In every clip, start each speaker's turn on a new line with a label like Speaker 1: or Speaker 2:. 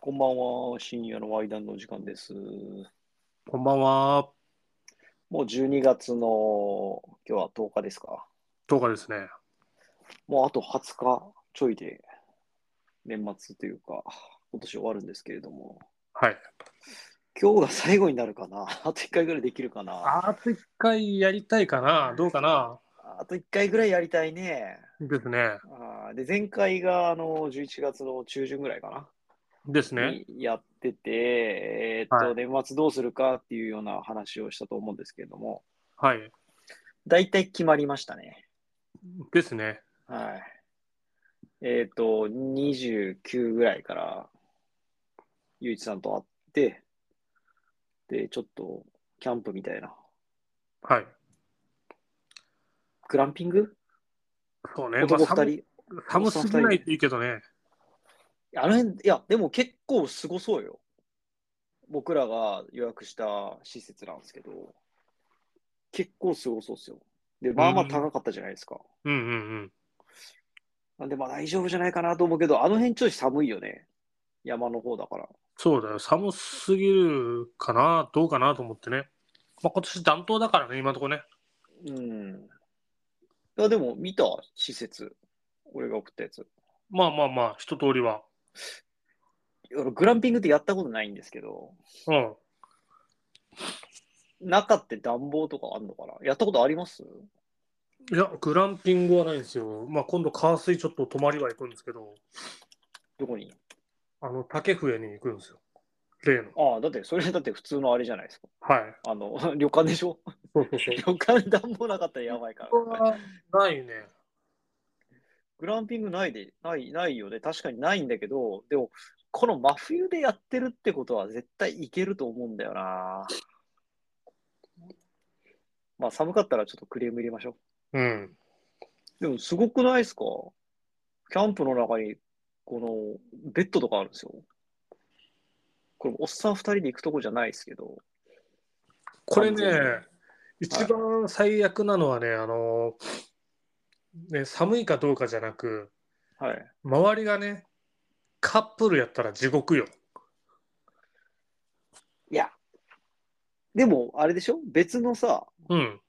Speaker 1: こんばんは。深夜のワイダンの時間です。
Speaker 2: こんばんは。
Speaker 1: もう12月の、今日は10日ですか。
Speaker 2: 10日ですね。
Speaker 1: もうあと20日ちょいで、年末というか、今年終わるんですけれども、
Speaker 2: はい。
Speaker 1: 今日が最後になるかな。 あと1回ぐらいできるかな。
Speaker 2: あと一回やりたいかなどうかな
Speaker 1: あと1回ぐらいやりたいね。
Speaker 2: ですね。
Speaker 1: あーで、前回があの11月の中旬ぐらいかな。
Speaker 2: ですね。
Speaker 1: にやってて、えーっと、
Speaker 2: はい
Speaker 1: 年末どうするかっていうような話をしたと思うんですけれども、
Speaker 2: はい。
Speaker 1: 大体決まりましたね。
Speaker 2: ですね。
Speaker 1: はい。えっ、と、29ぐらいから、ゆういちさんと会って、で、ちょっと、キャンプみたいな。
Speaker 2: はい。
Speaker 1: グランピング
Speaker 2: そうね。
Speaker 1: 男
Speaker 2: まあ
Speaker 1: 2人。
Speaker 2: 寒寒すぎないといいけどね。
Speaker 1: あれ、いや、でも結構すごそうよ。僕らが予約した施設なんですけど、結構すごそうっすよ。で、まあまあ高かったじゃないですか。
Speaker 2: うんうん
Speaker 1: なんで、まあ大丈夫じゃないかなと思うけど、あの辺ちょい寒いよね。山の方だから。
Speaker 2: そうだよ。寒すぎるかなどうかなと思ってね。まあ、今年暖冬だからね、今のところね。
Speaker 1: うん。いや、でも見た、施設。俺が送ったやつ。
Speaker 2: まあまあまあ、一通りは。
Speaker 1: あのグランピングってやったことないんですけど、
Speaker 2: うん。
Speaker 1: 中って暖房とかあんのかなやったことあります
Speaker 2: いや、グランピングはないんですよ。まあ、今度、川水ちょっと泊まりは行くんですけど、
Speaker 1: どこに
Speaker 2: あの、竹笛に行くんですよ。例の。
Speaker 1: ああ、だってそれだって普通のあれじゃないですか。
Speaker 2: はい。
Speaker 1: あの、 旅館でしょ
Speaker 2: そうそうそう。
Speaker 1: 旅館暖房なかったらやばいから。
Speaker 2: は ないね。
Speaker 1: グランピングないで、ない、ないよね。確かにないんだけど、でも、この真冬でやってるってことは絶対いけると思うんだよな。まあ寒かったらちょっとクレーム入れましょう。
Speaker 2: うん。
Speaker 1: でもすごくないですかキャンプの中に、この、ベッドとかあるんですよ。これ、おっさん二人で行くとこじゃないですけど。
Speaker 2: これ
Speaker 1: 完全に
Speaker 2: ね、一番最悪なのはね、あの、ね、寒いかどうかじゃなく、
Speaker 1: はい。
Speaker 2: 周りがね、カップルやったら地獄よ。
Speaker 1: いや。でも、あれでしょ別のさ、
Speaker 2: うん。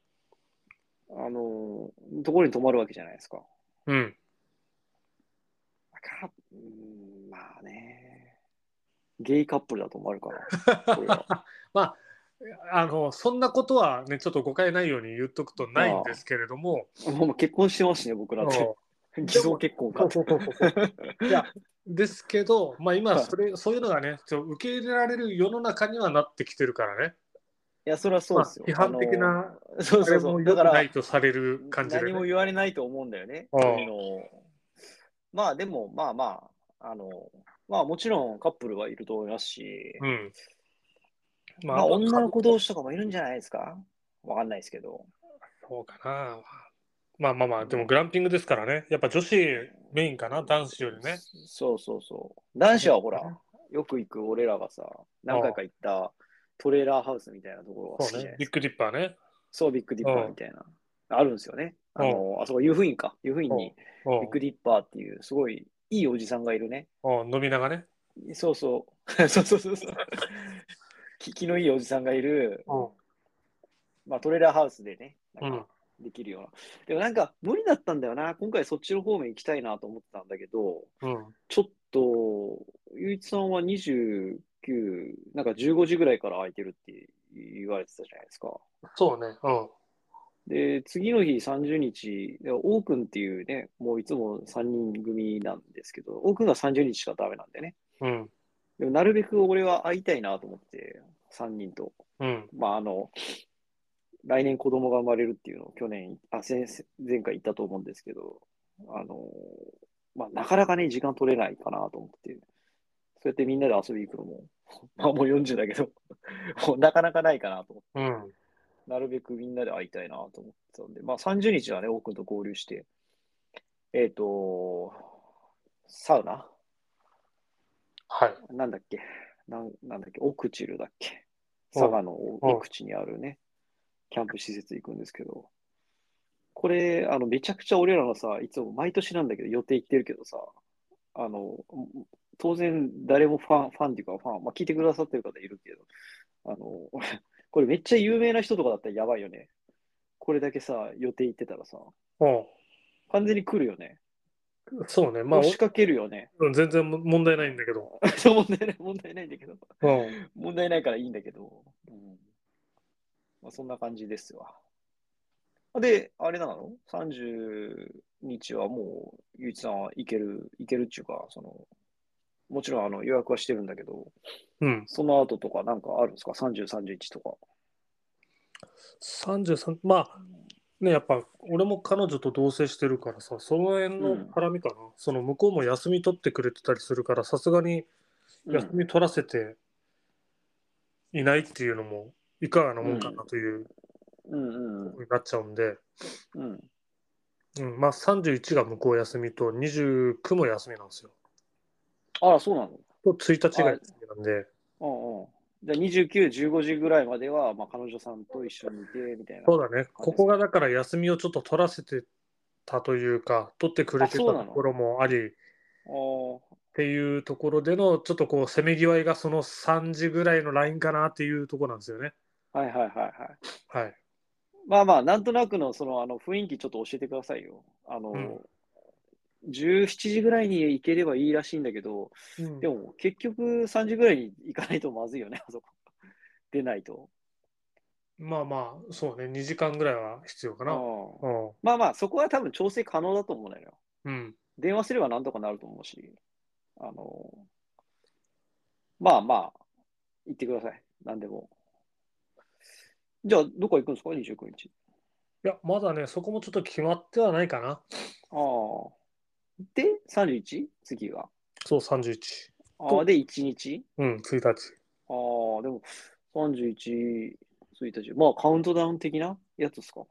Speaker 1: あのーところに泊まるわけじゃないですか。
Speaker 2: うん。
Speaker 1: かうーんまあね。ゲイカップルだと思われるから。これ は
Speaker 2: まあ、あの、そんなことはね、ちょっと誤解ないように言っとくとないんですけれども、
Speaker 1: もう結婚してますしね、僕ら って。偽造結婚かって。
Speaker 2: いやですけど、まあ今それ、そういうのがね、ちょ受け入れられる世の中にはなってきてるからね、
Speaker 1: いや、それはそうですよ。
Speaker 2: まあ批判的な
Speaker 1: あのーそう
Speaker 2: あ
Speaker 1: そ
Speaker 2: れ
Speaker 1: うそ
Speaker 2: も
Speaker 1: う。
Speaker 2: 良
Speaker 1: だ
Speaker 2: く
Speaker 1: から、
Speaker 2: ないとされる感じで、ね。
Speaker 1: 何も言われないと思うんだよね。
Speaker 2: うん
Speaker 1: そういうのをまあでも、まあまあ、あの、まあもちろんカップルはいると思いますし、
Speaker 2: うん。
Speaker 1: まあ女の子同士とかもいるんじゃないですかわかんないですけど。
Speaker 2: そうかな。まあまあまあ、でもグランピングですからね。やっぱ女子メインかな、男子よりね。
Speaker 1: そうそうそう。男子はほら、よく行く俺らがさ、何回か行ったトレーラーハウスみたいなところが好きじ
Speaker 2: そ
Speaker 1: ゃ
Speaker 2: う
Speaker 1: な
Speaker 2: ね
Speaker 1: い。で
Speaker 2: ビッ
Speaker 1: すか。
Speaker 2: グディッパーね。
Speaker 1: そう、ビッグディッパーみたいな。あるんですよね。あの、あそこ、湯布院か。湯布院に
Speaker 2: う
Speaker 1: ビッグディッパーっていう、すごいいいおじさんがいるね。
Speaker 2: んうん。飲みながらね。
Speaker 1: そうそう。 そうそうそうそう。聞きのいいおじさんがいる、
Speaker 2: うん。
Speaker 1: まあ、トレーラーハウスでね、
Speaker 2: う
Speaker 1: なん
Speaker 2: ん
Speaker 1: か。できるような。でもなんか無理だったんだよな。今回そっちの方面行きたいなと思ってたんだけど、
Speaker 2: うん。
Speaker 1: ちょっと、ゆういちさんは29、なんか15時ぐらいから空いてるって言われてたじゃないですか。
Speaker 2: そうね。うん。
Speaker 1: で、次の日30日、でオーくんっていうね、もういつも3人組なんですけど、オーくんが30日しかダメなんでね。
Speaker 2: うん。
Speaker 1: でもなるべく俺は会いたいなと思って、3人と。
Speaker 2: うん。
Speaker 1: まあ、あの、来年子供が生まれるっていうのを去年、あ、先前回言ったと思うんですけど、あの、まあ、なかなかね、時間取れないかなと思って、そうやってみんなで遊びに行くのも、 まあ、もう40だけど、もうなかなかないかなと思って
Speaker 2: うん。
Speaker 1: なるべくみんなで会いたいなと思ってたんで、まあ、30日はね、多くんと合流して、えっ、と、サウナ
Speaker 2: はい。
Speaker 1: なんだっけなんなんだっけ奥チルだっけ佐賀の
Speaker 2: うん
Speaker 1: 奥地にあるね、キャンプ施設行くんですけど、これ、あの、めちゃくちゃ俺らのさ、いつも毎年なんだけど、予定行ってるけどさ、あの、当然誰もファン、ファンっていうか、ファン、まあ、聞いてくださってる方いるけど、あの、 これめっちゃ有名な人とかだったらやばいよね。これだけさ、予定行ってたらさ、
Speaker 2: う
Speaker 1: 完全に来るよね。
Speaker 2: ん。そうね。まあ
Speaker 1: 押、しかけるよね。
Speaker 2: うん全然問題ないんだけど。
Speaker 1: そう問題ない、問題ないんだけど。
Speaker 2: うん。
Speaker 1: 問題ないからいいんだけど。うんまあ、そんな感じですわ。で、あれなの ?30 日はもう、ゆういちさんは行ける、行けるっていうか、その、もちろんあの予約はしてるんだけど、
Speaker 2: うん。
Speaker 1: その後とかなんかあるんですか ?30、31とか。
Speaker 2: 33、まあ、ね、やっぱ、俺も彼女と同棲してるからさ、その辺の絡みかな。その向こうも休み取ってくれてたりするから、さすがに休み取らせていないっていうのも、いかがなもんかなという、
Speaker 1: うんうん
Speaker 2: になっちゃうんで、
Speaker 1: うん。うん
Speaker 2: うん、まあ、31が向こう休みと、29も休みなんですよ。
Speaker 1: あら、そうなの
Speaker 2: と、1日が休みなんで、
Speaker 1: うんうん。じゃあ29、15時ぐらいまでは、まあ、彼女さんと一緒にいて、みたいな。
Speaker 2: そうだね、ここがだから休みをちょっと取らせてたというか、取ってくれてた
Speaker 1: あそうな
Speaker 2: と
Speaker 1: の
Speaker 2: ころもあり、
Speaker 1: あー
Speaker 2: っていうところでのちょっとこう攻めぎ合いがその3時ぐらいのラインかなっていうところなんですよね。
Speaker 1: はいはいはいはい。
Speaker 2: はい。
Speaker 1: まあまあ、なんとなくのそのあの雰囲気ちょっと教えてくださいよ。あの、
Speaker 2: うん
Speaker 1: 17時ぐらいに行ければいいらしいんだけど、で
Speaker 2: でも
Speaker 1: も結局3時ぐらいに行かないとまずいよね、 あそこ。出ないと。
Speaker 2: まあまあそうね2時間ぐらいは必要かな。
Speaker 1: うん
Speaker 2: うん。
Speaker 1: まあまあ、そこは多分調整可能だと思うのよ。
Speaker 2: うん。
Speaker 1: 電話すればなんとかなると思うし、あの、まあまあ、行ってください。何でも。じゃあ、どこ行くんですか ?29 日。
Speaker 2: いやまだねそこもちょっと決まってはないかな。
Speaker 1: ああ。で、31? 次が。
Speaker 2: そう31。
Speaker 1: ああ、で、1日
Speaker 2: うん1日。
Speaker 1: ああ、でも、31、1日。まあ、カウントダウン的なやつですか。
Speaker 2: っ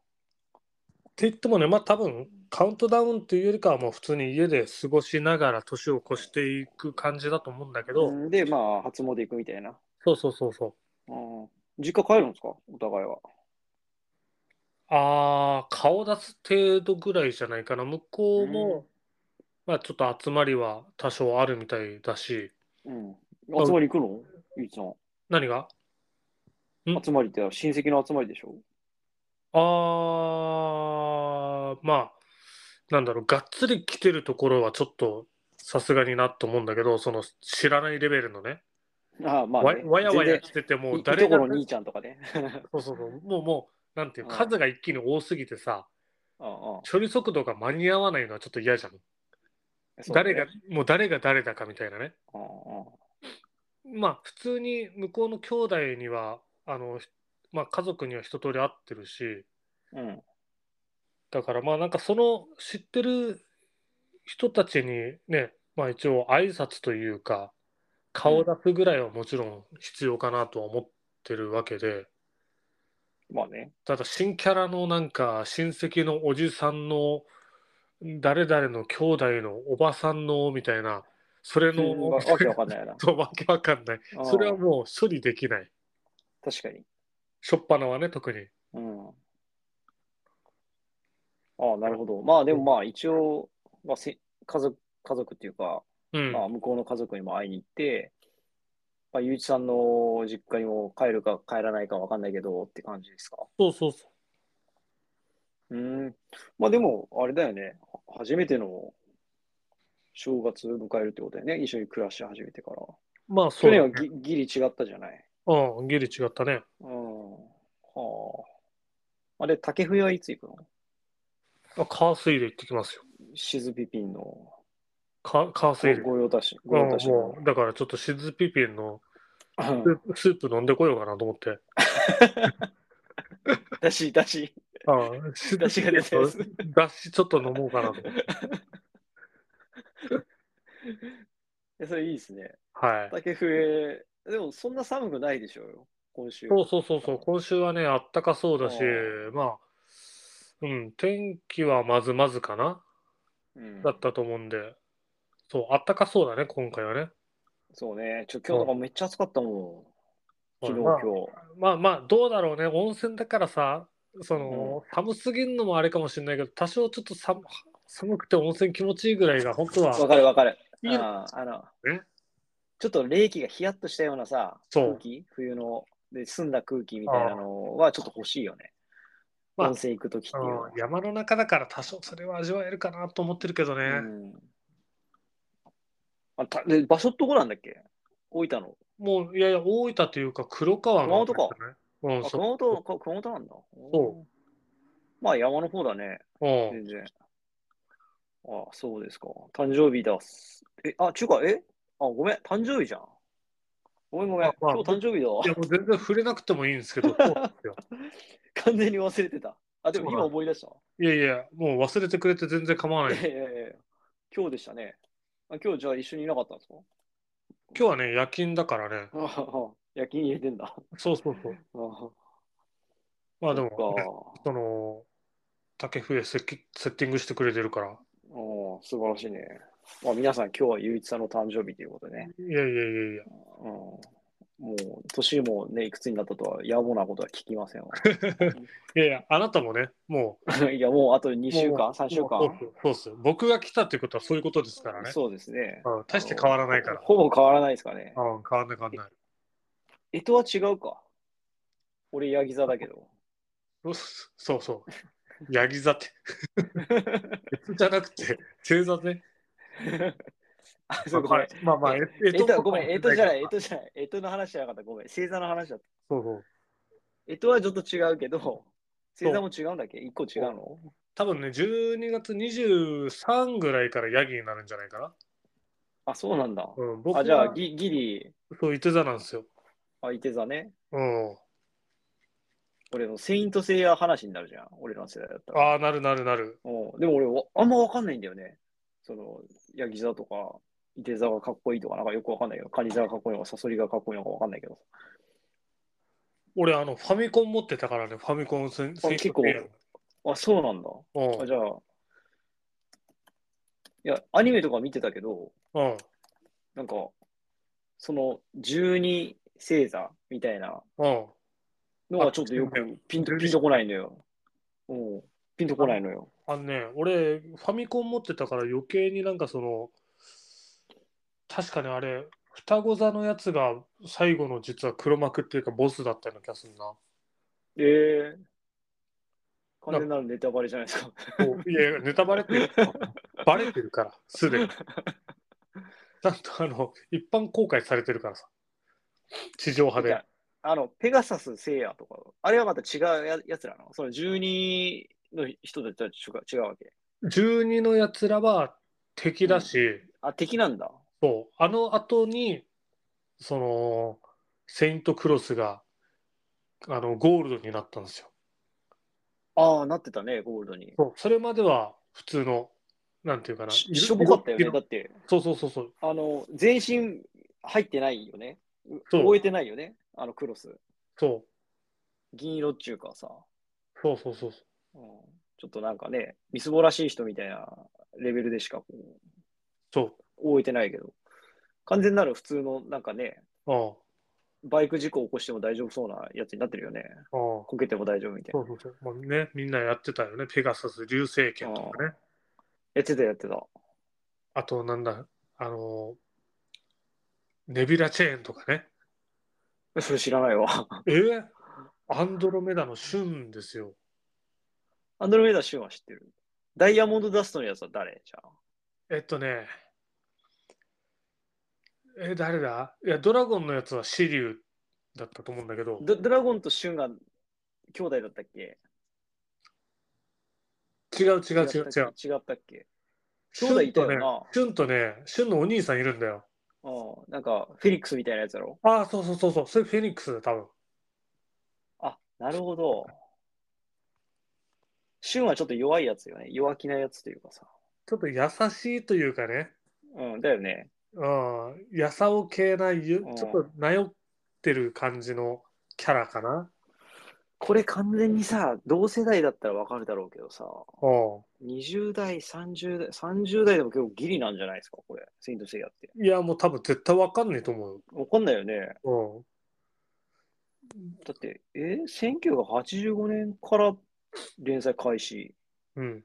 Speaker 2: て言ってもねまあ多分カウントダウンというよりかはもう普通に家で過ごしながら年を越していく感じだと思うんだけど、
Speaker 1: うんで、まあ、初詣行くみたいな。
Speaker 2: そうそうそうそう。
Speaker 1: うん実家帰るんですかお互いは。
Speaker 2: ああ、顔出す程度ぐらいじゃないかな。向こうも、まあちょっと集まりは多少あるみたいだし、
Speaker 1: うん。集まり行くのゆういちさん。
Speaker 2: 何がうん
Speaker 1: 集まりって親戚の集まりでしょ
Speaker 2: ああ、まあ、なんだろう、がっつり来てるところはちょっとさすがになと思うんだけど、その知らないレベルのね、
Speaker 1: ああ、まあ、
Speaker 2: わ、
Speaker 1: ね、
Speaker 2: わやわや
Speaker 1: 全
Speaker 2: 来てても
Speaker 1: 然
Speaker 2: う
Speaker 1: いい
Speaker 2: 誰
Speaker 1: とこ
Speaker 2: が、
Speaker 1: の兄ちゃんとかね。
Speaker 2: そうそうそう、もうもう、なんていう、
Speaker 1: うん
Speaker 2: 数が一気に多すぎてさ、
Speaker 1: うんうん
Speaker 2: 処理速度が間に合わないのはちょっと嫌じゃん。
Speaker 1: そうだね
Speaker 2: 誰が、もう誰が誰だかみたいなね。
Speaker 1: うんうん
Speaker 2: まあ普通に向こうの兄弟にはあの、ひまあ、家族には一通り会ってるし
Speaker 1: うん
Speaker 2: だからまあなんかその知ってる人たちにね、まあ、一応挨拶というか顔出すぐらいはもちろん必要かなとは思ってるわけで
Speaker 1: まあね。
Speaker 2: ただ新キャラのなんか親戚のおじさんの誰々の兄弟のおばさんのみたいなそれの、。
Speaker 1: うんわわけわかんないよな
Speaker 2: そうわけわかんない それは
Speaker 1: うん
Speaker 2: もう処理できない
Speaker 1: 確かに。
Speaker 2: しょっぱなはね特に。
Speaker 1: うん。ああ、なるほど。まあでもまあ一応、まあ、せ家族、家族っていうか、
Speaker 2: うん
Speaker 1: まあ向こうの家族にも会いに行って、まあ、ゆういちさんの実家にも帰るか帰らないかわかんないけどって感じですか。
Speaker 2: そうそうそう。
Speaker 1: うん。まあでも、あれだよね。は初めての正月迎えるってことだよね。一緒に暮らし始めてから。
Speaker 2: まあそ
Speaker 1: 去
Speaker 2: う
Speaker 1: 年
Speaker 2: だ
Speaker 1: は
Speaker 2: ね、
Speaker 1: ぎギリ違ったじゃない。
Speaker 2: うん、ギリ違ったね。
Speaker 1: うん。はあ。あれ、竹冬はいつ行くの
Speaker 2: あカースイで行ってきますよ。
Speaker 1: シズピピンの
Speaker 2: カカースイで。
Speaker 1: ご用達、
Speaker 2: う
Speaker 1: ご
Speaker 2: ん
Speaker 1: 用達の
Speaker 2: も。うだからちょっとシズピピンのス
Speaker 1: うん
Speaker 2: ープスープ飲んでこようかなと思って。
Speaker 1: だし、だし、
Speaker 2: あシ
Speaker 1: だしが出たやつ。
Speaker 2: だしちょっと飲もうかなと思って。
Speaker 1: えそれいいですね。
Speaker 2: はい。
Speaker 1: 竹笛、でもそんな寒くないでしょうよ、今週。
Speaker 2: そうそうそうそう。今週はね、あったかそうだし
Speaker 1: う、
Speaker 2: まあ、うん、天気はまずまずかな
Speaker 1: うん
Speaker 2: だったと思うんで。そう、あったかそうだね、今回はね。
Speaker 1: そうね、ちょ、今日とかめっちゃ暑かったもん。昨日、
Speaker 2: ま
Speaker 1: 今
Speaker 2: あ
Speaker 1: 日。
Speaker 2: まあまあどうだろうね温泉だからさその、寒すぎんのもあれかもしれないけど多少ちょっと寒寒くて温泉気持ちいいぐらいが本当は
Speaker 1: わかるわかる。
Speaker 2: いいの
Speaker 1: あーあの
Speaker 2: ね、
Speaker 1: ちょっと冷気がヒヤッとしたようなさ、
Speaker 2: そう
Speaker 1: 空気冬の、で、澄んだ空気みたいなのはちょっと欲しいよね。
Speaker 2: まあ
Speaker 1: 温泉行くときっていうのは
Speaker 2: うん。山の中だから多少それは味わえるかなと思ってるけどね。
Speaker 1: うんあたで場所どこなんだっけ大分の。
Speaker 2: もういやいや大分というか黒川の、ね。
Speaker 1: 熊本
Speaker 2: うん、
Speaker 1: あ
Speaker 2: そ
Speaker 1: 熊本、か熊本なんだ。
Speaker 2: そ
Speaker 1: まあ山の方だね、
Speaker 2: う。う
Speaker 1: 全
Speaker 2: ん。
Speaker 1: 然。あそうですか。誕生日だっす。え、あ、ちゅうか、えあ、ごめん、誕生日じゃん。ごめんごめん
Speaker 2: あ、まあ
Speaker 1: 今日誕生日だわ
Speaker 2: い。やもう全然触れなくてもいいんです けど、そうなんですよ
Speaker 1: 完全に忘れてた。あ、でも今思い出した。
Speaker 2: いやいや、もう忘れてくれて全然構わな い
Speaker 1: い。やいやいや今日でしたね。あ今日じゃあ一緒にいなかったんですか
Speaker 2: 今日はね、夜勤だからね。
Speaker 1: ああ 夜勤入れてんだ。あ
Speaker 2: そうそうそう。
Speaker 1: あ
Speaker 2: まあで
Speaker 1: そ
Speaker 2: も
Speaker 1: っ
Speaker 2: ね、
Speaker 1: か。
Speaker 2: その、竹笛セッキセッティングしてくれてるから。
Speaker 1: おー素晴らしいね。まあ、皆さん、今日はゆういちさんの誕生日ということでね。
Speaker 2: いやいやいやいや。
Speaker 1: うん、もう、年もね、いくつになったとは、野暮なことは聞きませんわ。
Speaker 2: いやいや、あなたもね、もう。
Speaker 1: いや、もうあと2週間、
Speaker 2: もう
Speaker 1: 3週間。
Speaker 2: もうそうそうっす。僕が来たっていうことはそういうことですからね。
Speaker 1: そうですね。
Speaker 2: うん、大して変わらないから。
Speaker 1: ほぼ変わらないですかね。
Speaker 2: うん、変わんない変わんない。
Speaker 1: えとは違うか。俺、ヤギ座だけど。
Speaker 2: そうそうそう。ヤギ座って。じゃなくて、星座ね。
Speaker 1: あ、そうご
Speaker 2: ま
Speaker 1: め
Speaker 2: あ
Speaker 1: ん。
Speaker 2: まあまあ、ええ
Speaker 1: えと、ごめん、えとじゃない、え
Speaker 2: そう
Speaker 1: とじゃない、えとの話じゃなかった。ごめん、星座の話だった。
Speaker 2: そう。
Speaker 1: えとはちょっと違うけど、星座も違うんだっけ ?1 個違うの
Speaker 2: 多分ね、12月23ぐらいからヤギになるんじゃないかな。
Speaker 1: あ、そうなんだ。
Speaker 2: うん、僕は
Speaker 1: あ、じゃあ、ギギリ、
Speaker 2: そう、いて座なんですよ。
Speaker 1: あ、いて座ね。
Speaker 2: うん。
Speaker 1: 俺のセイントセイヤ話になるじゃん。俺らの世代だったら。
Speaker 2: ああ、なるなるなる。
Speaker 1: うん、でも俺わ、あんまわかんないんだよね。その、ヤギ座とか、いて座がかっこいいとか、なんかよくわかんないけど、カニ座がかっこいいのか、サソリがかっこいいのかわかんないけど。
Speaker 2: 俺、あの、ファミコン持ってたからね、ファミコン戦
Speaker 1: 結構あ、そうなんだ。
Speaker 2: うん
Speaker 1: あ、じゃあ、いや、アニメとか見てたけど、
Speaker 2: うん。
Speaker 1: なんか、その、十二星座みたいな
Speaker 2: うん。
Speaker 1: のがちょっとよくピンと、ピンとこないのよ。うん、ピンとこないのよ。
Speaker 2: あのね、俺、ファミコン持ってたから余計になんかその、確かにあれ、双子座のやつが最後の実は黒幕っていうかボスだったような気がするな。
Speaker 1: ええ完全なるネタバレじゃないですか。
Speaker 2: こ ういや、ネタバレっていうか、バレてるから、すでに。ちゃんとあの、一般公開されてるからさ。地上波
Speaker 1: い
Speaker 2: で
Speaker 1: や。あの、ペガサス聖夜とか、あれはまた違うややつらなのその12の人たちとは違う違うわけ。
Speaker 2: 12のやつらは敵だし、
Speaker 1: あ、敵なんだ。
Speaker 2: そう、あの後に、その、セイントクロスが、あの、ゴールドになったんですよ。
Speaker 1: ああ、なってたね、ゴールドに。
Speaker 2: そうそれまでは普通の、なんていうかな。
Speaker 1: ししょぼかったよね。だって、
Speaker 2: そうそうそうそう。
Speaker 1: あの、全身入ってないよね。う
Speaker 2: そう
Speaker 1: 覆えてないよね。あの、クロス。
Speaker 2: そう
Speaker 1: 銀色っちゅうかさ、
Speaker 2: そうそうそうそう。
Speaker 1: うんちょっとなんかね、みすぼらしい人みたいなレベルでしかこう
Speaker 2: そう
Speaker 1: 覆えてないけど、完全なる普通のなんかね、
Speaker 2: あ
Speaker 1: バイク事故起こしても大丈夫そうなやつになってるよね。
Speaker 2: あ、ああ。
Speaker 1: こけても大丈夫みたいな
Speaker 2: そ。うそうそう。まあね、みんなやってたよね。ペガサス、流星拳とかね。
Speaker 1: やってたやってた。
Speaker 2: あと、なんだ、あのーネビュラチェーンとかね。
Speaker 1: それ知らないわ。
Speaker 2: えー、アンドロメダのシュンですよ。
Speaker 1: アンドロメダシュンは知ってる。ダイヤモンドダストのやつは誰じゃあ。
Speaker 2: えっとね、えー誰だいや、ドラゴンのやつはシリュウだったと思うんだけど、
Speaker 1: ドドラゴンとシュンが兄弟だったっけ
Speaker 2: 違う違う違う違う。
Speaker 1: 違ったっけ
Speaker 2: シ
Speaker 1: 兄弟
Speaker 2: ュン
Speaker 1: いた
Speaker 2: と
Speaker 1: よ
Speaker 2: ね
Speaker 1: な、
Speaker 2: シュンとね、シュンのお兄さんいるんだよ。
Speaker 1: うん。なんか、フェリックスみたいなやつだろ
Speaker 2: ああ、そうそうそうそう、それフェニックスだ、多分。
Speaker 1: あ、なるほど。シュンはちょっと弱いやつよね。弱気なやつというかさ。
Speaker 2: ちょっと優しいというかね、
Speaker 1: うん、だよね。
Speaker 2: うん、やさお系な、ゆ
Speaker 1: うん
Speaker 2: ちょっとなよってる感じのキャラかな。
Speaker 1: これ完全にさ、同世代だったらわかるだろうけどさ、
Speaker 2: う
Speaker 1: 20代、30代、30代でも結構ギリなんじゃないですか、これ。セイントセイヤって。
Speaker 2: んいや、もう多分絶対わかんないと思う
Speaker 1: わかんないよね。
Speaker 2: よ。
Speaker 1: だって、えー、1985年から連載開始。
Speaker 2: うん。うん。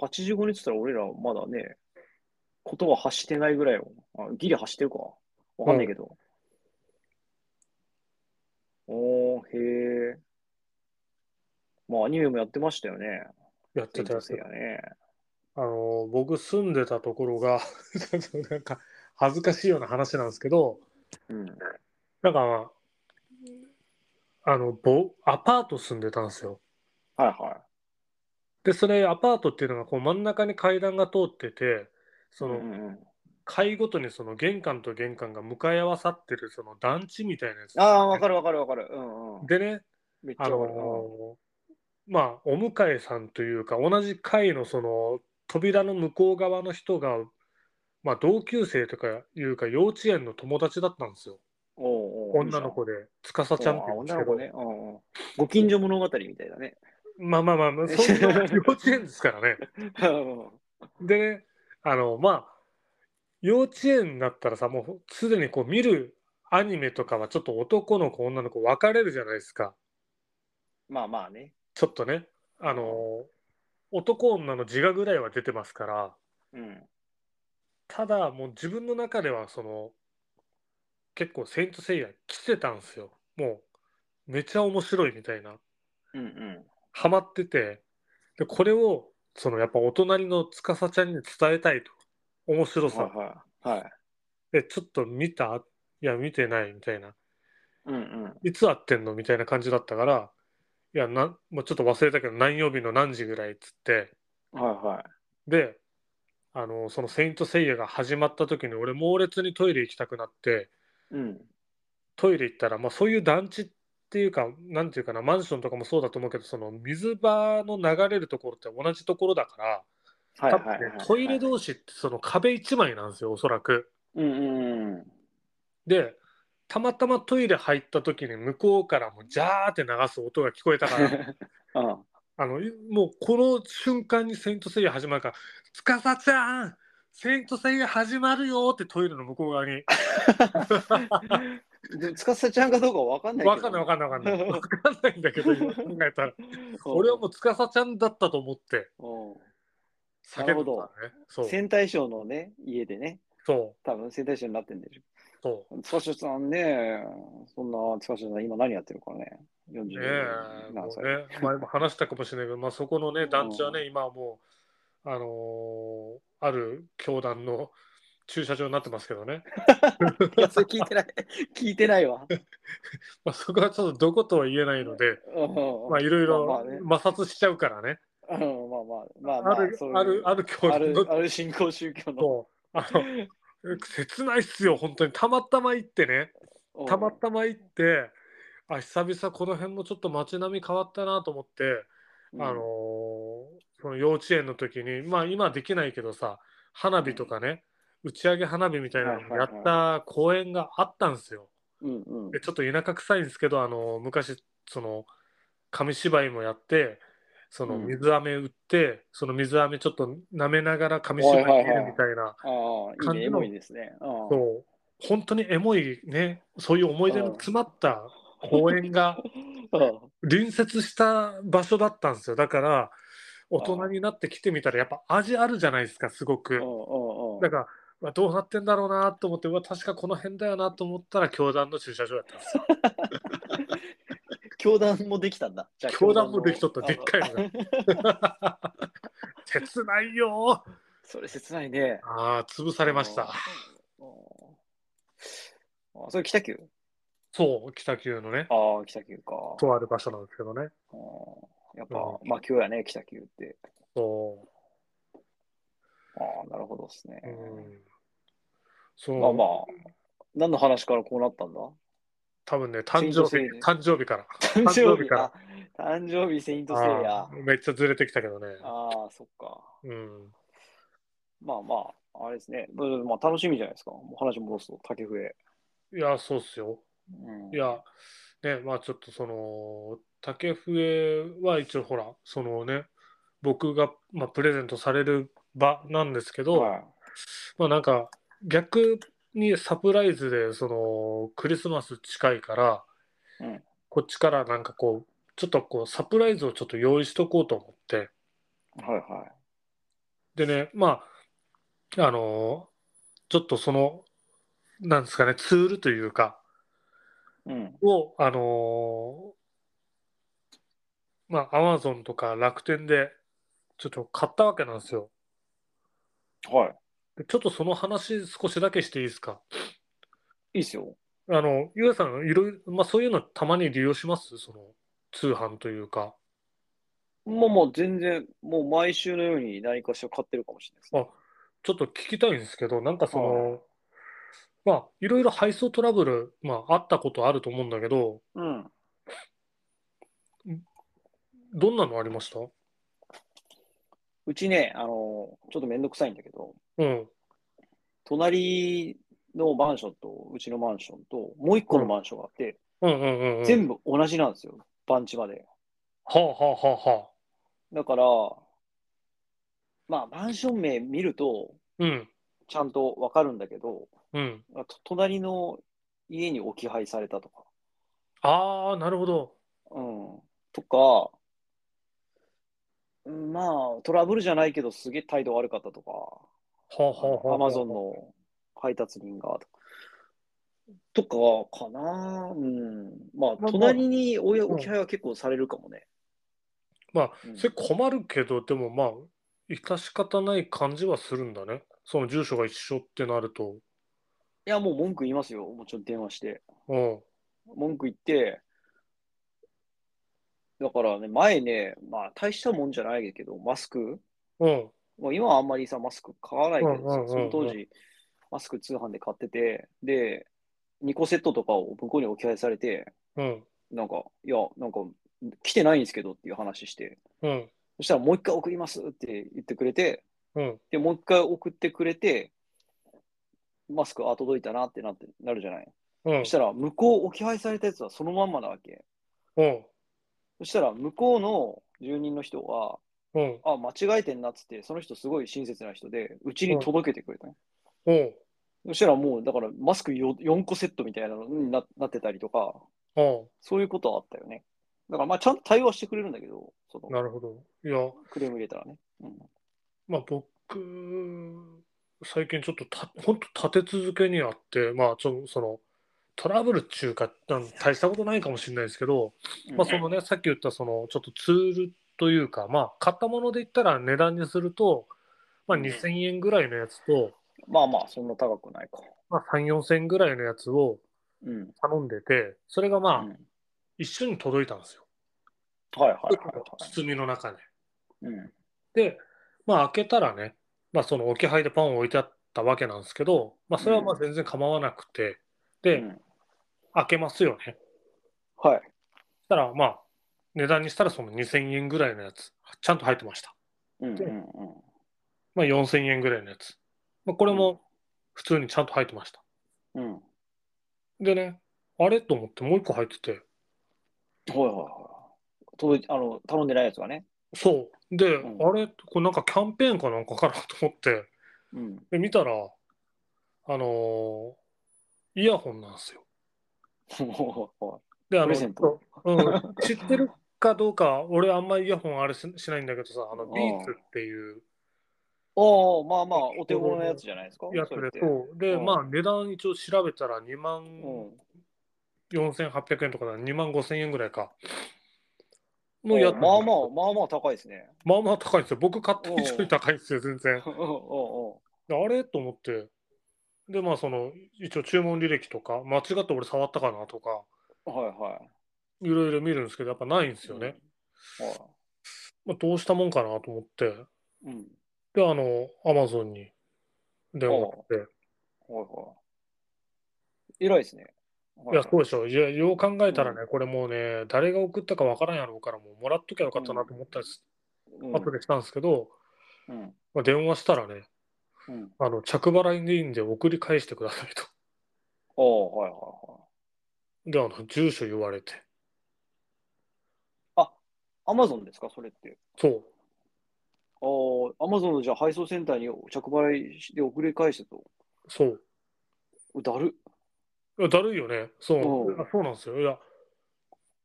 Speaker 1: 85年って言ったら俺らまだね、ことは発してないぐらいよ。あギリ発してるか。わかんないけど。おー、へえ。まあ、アニメもやってましたよね。
Speaker 2: やってたやつ
Speaker 1: 先。生がね。
Speaker 2: あの、僕住んでたところが、 なんか恥ずかしいような話なんですけど、
Speaker 1: うん。
Speaker 2: なんか、あの、ぼアパート住んでたんですよ。
Speaker 1: はいは
Speaker 2: で、それアパートっていうのがこう真ん中に階段が通ってて、
Speaker 1: い。
Speaker 2: そ
Speaker 1: う
Speaker 2: の
Speaker 1: んうん、
Speaker 2: 階ごとにその玄関と玄関が向かい合わさってるその団地みたいなやつ、
Speaker 1: ああ、わかるわかるわかる。うんうん。
Speaker 2: でね、
Speaker 1: めっち
Speaker 2: あ
Speaker 1: ゃわかる。
Speaker 2: のーまあお向かいさんというか同じ階のその扉の向こう側の人が、まあ、同級生とかいうか幼稚園の友達だったんですよ
Speaker 1: うんおうおう
Speaker 2: 女の子で司ちゃんってい
Speaker 1: おう
Speaker 2: うんで
Speaker 1: 女の
Speaker 2: すけど、
Speaker 1: 子ね。うんうん。ご近所物語みたいだね。
Speaker 2: まあまあまあ まあそんな幼稚園ですからねでねあのまあ幼稚園だったらさもうすでにこう見るアニメとかはちょっと男の子女の子分かれるじゃないですか
Speaker 1: まあまあね。
Speaker 2: ちょっとねあのー男女の自我ぐらいは出てますから
Speaker 1: うん。
Speaker 2: ただもう自分の中ではその結構「セイント・セイヤ」来てたんですよもうめちゃ面白いみたいな
Speaker 1: うんうん。
Speaker 2: ハマっててでこれをそのやっぱお隣の司ちゃんに伝えたいと面白さ、
Speaker 1: はいはい。はい。
Speaker 2: でちょっと見たいや見てないみたいな
Speaker 1: うんうん。
Speaker 2: いつ会ってんのみたいな感じだったからいやなもうちょっと忘れたけど何曜日の何時ぐらいっつって
Speaker 1: はいはい。
Speaker 2: であのその「セイント・セイヤ」が始まった時に俺猛烈にトイレ行きたくなって
Speaker 1: うん。
Speaker 2: トイレ行ったら、まあ、そういう団地っていうかなんていうかなマンションとかもそうだと思うけどその水場の流れるところって同じところだから
Speaker 1: はいは
Speaker 2: 多
Speaker 1: いは
Speaker 2: 分
Speaker 1: い、は
Speaker 2: ね
Speaker 1: い。
Speaker 2: トイレ同士ってその壁一枚なんですよおそらく。
Speaker 1: うんうんうん。
Speaker 2: でたまたまトイレ入った時に向こうからもジャーって流す音が聞こえたか ら
Speaker 1: うん。
Speaker 2: あのいもうこの瞬間に「セイント・セイヤ」始まるから「つかさちゃんセイント・セイヤ始まるよ」ってトイレの向こう側に
Speaker 1: でも、つかさちゃんかどうかわかんないけど。
Speaker 2: 分かんない分かんない分かんない分かんないんだけど今考 えたら。俺はもう司ちゃんだったと思って
Speaker 1: うん。
Speaker 2: 叫んだんだね。そう
Speaker 1: 戦隊賞のね、家でね、
Speaker 2: そう
Speaker 1: 多分戦隊賞になってんでし
Speaker 2: そ
Speaker 1: ょ。つかしさんね、そんなつかしさん今何やってるからね。40
Speaker 2: う。ねえ、
Speaker 1: 何
Speaker 2: もう
Speaker 1: 歳、
Speaker 2: ね、前も話したかもしれないけど、まあ、そこのね、団地は
Speaker 1: う
Speaker 2: ね、今はもう、あのーある教団の駐車場になってますけどね、
Speaker 1: いや、それ聞いてない。聞いてないわ。
Speaker 2: まあ、そこはちょっとどことは言えないので、
Speaker 1: うん
Speaker 2: まあ、いろい
Speaker 1: まあまあね
Speaker 2: ろ摩擦しちゃうからね、
Speaker 1: うんまあまあ、まあまあ、
Speaker 2: ある
Speaker 1: そういう
Speaker 2: あるある教
Speaker 1: あ
Speaker 2: 団
Speaker 1: る
Speaker 2: の
Speaker 1: ある信仰宗教の。
Speaker 2: そうあの切ないっすよ、本当に。たまたま行ってね。
Speaker 1: うん
Speaker 2: たまたま行ってあ久々この辺もちょっと街並み変わったなと思って、あのー、その幼稚園の時にまあ今できないけどさ花火とかね、打ち上げ花火みたいなのをやった公園があったんですよ。
Speaker 1: うんうん
Speaker 2: でちょっと田舎臭いんですけど、あのー昔その紙芝居もやってその
Speaker 1: うん
Speaker 2: 水飴打って、その水飴ちょっと舐めながら紙芝居見るみたいな、
Speaker 1: ああ、いい
Speaker 2: 感
Speaker 1: ね、
Speaker 2: じの
Speaker 1: エモいですね。うん
Speaker 2: そう本当にエモいねそういう思い出の詰まった公園が。
Speaker 1: うん
Speaker 2: 隣接した場所だったんですよだから大人になって来てみたらやっぱ味あるじゃないですかすごく
Speaker 1: うんうん
Speaker 2: だからうわどうなってんだろうなと思ってうわ確かこの辺だよなと思ったら教団の駐車場やったんですよ
Speaker 1: 教団もできたんだ。じゃあ
Speaker 2: 教団もできとった
Speaker 1: 教
Speaker 2: でっ
Speaker 1: 団の
Speaker 2: かいのが 切ないよー
Speaker 1: あそれ切ないね。
Speaker 2: あー潰されました
Speaker 1: うん。うんあそれ北九
Speaker 2: そう北九のね
Speaker 1: ああ、北九か。
Speaker 2: とある場所なんですけどね
Speaker 1: うんやっぱ、まあ、今日やね、北九って。
Speaker 2: そ
Speaker 1: ああ、なるほどですね
Speaker 2: う、。うん、そう、
Speaker 1: まあまあ、何の話からこうなったんだ
Speaker 2: 多分ね誕
Speaker 1: 選
Speaker 2: 生
Speaker 1: 挙制
Speaker 2: 日
Speaker 1: ね
Speaker 2: 誕生日から
Speaker 1: 誕
Speaker 2: 生
Speaker 1: 生
Speaker 2: 日
Speaker 1: 日
Speaker 2: か
Speaker 1: か。誕生日、セイントセイヤ
Speaker 2: あ。ーめっちゃずれてきたけどね
Speaker 1: ああ、そっか。
Speaker 2: うん
Speaker 1: まあまあ、あれですね。まあまあ、楽しみじゃないですか。もう話戻すと、竹笛。
Speaker 2: いや、そうっすよ。
Speaker 1: うん
Speaker 2: いや、ね、まあちょっとその、竹笛は一応ほら、そのね、僕が、まあ、プレゼントされる場なんですけど、
Speaker 1: はい
Speaker 2: まあなんか、逆にサプライズで、その、クリスマス近いから、
Speaker 1: うん
Speaker 2: こっちからなんかこう、ちょっとこう、サプライズをちょっと用意しとこうと思って、
Speaker 1: はいはい。
Speaker 2: でね、まあ、あのーちょっとその、なんですかね、ツールというか、
Speaker 1: うん。
Speaker 2: を、あのーまあ、アマゾンとか楽天で、ちょっと買ったわけなんですよ。
Speaker 1: は
Speaker 2: でちょっとその話少しだけしていいですか
Speaker 1: い。いいっすよ。
Speaker 2: あの、ゆうやさん、いろいろ、まあ、そういうのたまに利用しますその、通販というか。
Speaker 1: もうもう全然、もう毎週のように何かしら買ってるかもしれないですね。
Speaker 2: あちょっと聞きたいんですけど、なんかその、まあ、いろいろ配送トラブル、まあ、あったことあると思うんだけど、
Speaker 1: うん。
Speaker 2: どんなのありました
Speaker 1: うちね、あの、ちょっとめんどくさいんだけど、
Speaker 2: うん。
Speaker 1: 隣のマンションと、うちのマンションと、もう一個のマンションがあって、
Speaker 2: うんうんうん、うん。
Speaker 1: 全部同じなんですよ。番地まで。
Speaker 2: はあはあはあはあ。
Speaker 1: だから、まあ、マンション名見ると、
Speaker 2: うん。
Speaker 1: ちゃんとわかるんだけど、
Speaker 2: うん。
Speaker 1: あと隣の家に置き配されたとか、
Speaker 2: ああ、なるほど。
Speaker 1: うん、とか、うんまあ、トラブルじゃないけど、すげえ態度悪かったとか、
Speaker 2: はあはあはあ。
Speaker 1: アマゾン。の配達人がとか、とかかな、うん、ま
Speaker 2: ま
Speaker 1: あ、
Speaker 2: あ
Speaker 1: 隣におや
Speaker 2: うん
Speaker 1: 置き配は結構されるかもね。
Speaker 2: まあ、
Speaker 1: うん
Speaker 2: それ困るけど、でもまあ、致し方ない感じはするんだね。その住所が一緒ってなると。
Speaker 1: いや、もう文句言いますよ、もちろん電話して。
Speaker 2: うん。
Speaker 1: 文句言って、だからね、前ね、まあ、大したもんじゃないけど、マスク、
Speaker 2: うん。
Speaker 1: もう今はあんまりさ、マスク買わないけど
Speaker 2: うんうんう
Speaker 1: さ
Speaker 2: んうん、
Speaker 1: その当時、マスク通販で買ってて、で、2個セットとかを向こうに置き配されて、
Speaker 2: うん。
Speaker 1: なんか、いや、なんか、来てないんですけどっていう話して、
Speaker 2: うん。
Speaker 1: そしたらもう一回送りますって言ってくれて、
Speaker 2: うん。
Speaker 1: で、もう一回送ってくれて、マスク、あ、届いたなってなってなるじゃない。
Speaker 2: うん
Speaker 1: そし。たら、向こう置き配されたやつはそのまんまなわけ。
Speaker 2: うん。
Speaker 1: そしたら、向こうの住人の人は、
Speaker 2: うん。
Speaker 1: あ、間違えてんなっつって、その人すごい親切な人で、うちに届けてくれたの、
Speaker 2: うん。
Speaker 1: そしたらもう、だからマスク 4, 4個セットみたいなのにななってたりとか、
Speaker 2: うん。
Speaker 1: そういうことはあったよね。だからまあちゃんと対応してくれるんだけど、その
Speaker 2: なるほど。いや、
Speaker 1: クレーム入れたらね。うん、
Speaker 2: まあ僕、最近ちょっとた、ほんと立て続けにあって、まあ、ちょその、トラブルっていうか、うん大したことないかもしれないですけど、まあ、そのね、さっき言ったそのちょっとツールというか、まあ、買ったもので言ったら値段にすると、まあ、
Speaker 1: うん
Speaker 2: 2000円ぐらいのやつと、
Speaker 1: まあまあ、そんな高くないか。
Speaker 2: まあ、3、4000円ぐらいのやつを
Speaker 1: うん。
Speaker 2: 頼んでて、それがまあ、
Speaker 1: うん
Speaker 2: 一緒に届いたんですよ、
Speaker 1: はいはいはい
Speaker 2: 包みの中で。
Speaker 1: はい。
Speaker 2: で、まあ、開けたらね、まあ、その置き配でパンを置いてあったわけなんですけど、まあ、それはまあ全然構わなくて、
Speaker 1: うん。
Speaker 2: で、
Speaker 1: うん
Speaker 2: 開けますよね。
Speaker 1: はい。
Speaker 2: そしたら、まあ、値段にしたらその2000円ぐらいのやつ、ちゃんと入ってました。
Speaker 1: うんうんうん。
Speaker 2: まあ、4000円ぐらいのやつ。まあ、これも普通にちゃんと入ってました。
Speaker 1: うん。はい
Speaker 2: でね、あれと思ってもう一個入ってて、
Speaker 1: はいはい。届いあの頼んでないやつがね。
Speaker 2: そう。で、
Speaker 1: うん
Speaker 2: あれ、これなんかキャンペーンかなんかかなと思って、
Speaker 1: うん。
Speaker 2: で見たら、あのーイヤホンなんですよ。で、
Speaker 1: プ
Speaker 2: あの、
Speaker 1: レゼント
Speaker 2: うん、知ってるかどうか、俺あんまりイヤホンあれししないんだけどさ、あの、
Speaker 1: あー
Speaker 2: ビーツっていう
Speaker 1: おおまあまあ、お手頃なやつじゃないですか。
Speaker 2: やつ
Speaker 1: それっ
Speaker 2: で、
Speaker 1: て
Speaker 2: そう。で、
Speaker 1: うん
Speaker 2: まあ、値段一応調べたら2万
Speaker 1: うん。
Speaker 2: 4800円とかだ、2万5000円ぐらいか。
Speaker 1: も
Speaker 2: の
Speaker 1: う
Speaker 2: や
Speaker 1: や
Speaker 2: つ
Speaker 1: まあまあ、まあまあ高いですね。
Speaker 2: まあまあ高いんですよ。僕買った以上に高いんですよ、全然。
Speaker 1: うんうんうん
Speaker 2: であれと思って。で、まあその、一応注文履歴とか、間違って俺触ったかなとか、
Speaker 1: はいはい
Speaker 2: ろいろ見るんですけど、やっぱないんですよね。
Speaker 1: い。は
Speaker 2: まあ、どうしたもんかなと思って。
Speaker 1: い。うん。
Speaker 2: で、あの、アマゾンに電話をって。
Speaker 1: はいはい。偉いですね。はいいは
Speaker 2: や、
Speaker 1: い
Speaker 2: そうでしょ。いや、よう考えたらね、
Speaker 1: う
Speaker 2: これもうね、誰が送ったかわからんやろうから、もうもらっときゃよかったなと思ったりす、
Speaker 1: うん
Speaker 2: 後でしたんですけど、
Speaker 1: うん
Speaker 2: まあ、電話したらね、
Speaker 1: うん。
Speaker 2: あの、着払いでいいんで送り返してくださいと。
Speaker 1: ああ、はいはいはい。
Speaker 2: で、あの、住所言われて。
Speaker 1: アマゾンですか、それって。
Speaker 2: そ
Speaker 1: あ
Speaker 2: う。
Speaker 1: あ、アマゾンのじゃあ配送センターに着払いで送り返したと。
Speaker 2: そう。
Speaker 1: だる。
Speaker 2: いやだるいよね。そうう。
Speaker 1: ん
Speaker 2: いやそうなんですよ。いや、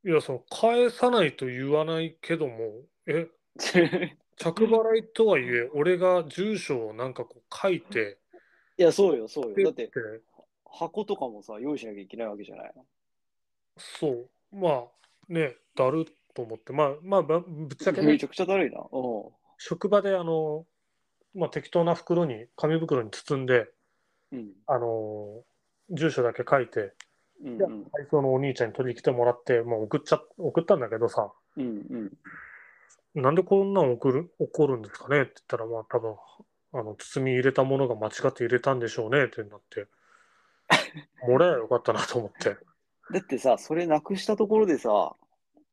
Speaker 2: いや、その、返さないと言わないけども、え、着払いとはいえ、俺が住所をなんかこう書いて、
Speaker 1: いや、そうよ、そう
Speaker 2: で
Speaker 1: よ。だって、箱とかもさ、用意しなきゃいけないわけじゃない
Speaker 2: そう。まあ、ね、だるっと思って。まあ、まあ、ばぶっちゃけ、
Speaker 1: め
Speaker 2: ね
Speaker 1: ち、ゃくちゃだるいな。うん。
Speaker 2: 職場で、あの、まあ、適当な袋に、紙袋に包んで、
Speaker 1: うん。
Speaker 2: あの、住所だけ書いて、
Speaker 1: うん
Speaker 2: で配送のお兄ちゃんに取りに来てもらって、まあ、送っちゃ、送ったんだけどさ、
Speaker 1: うん。うん。うん。
Speaker 2: なんでこんなん送る、怒るんですかねって言ったら、まあ、多分あの、包み入れたものが間違って入れたんでしょうねって なって、もらえばよかったなと思って。
Speaker 1: だってさ、それなくしたところでさ、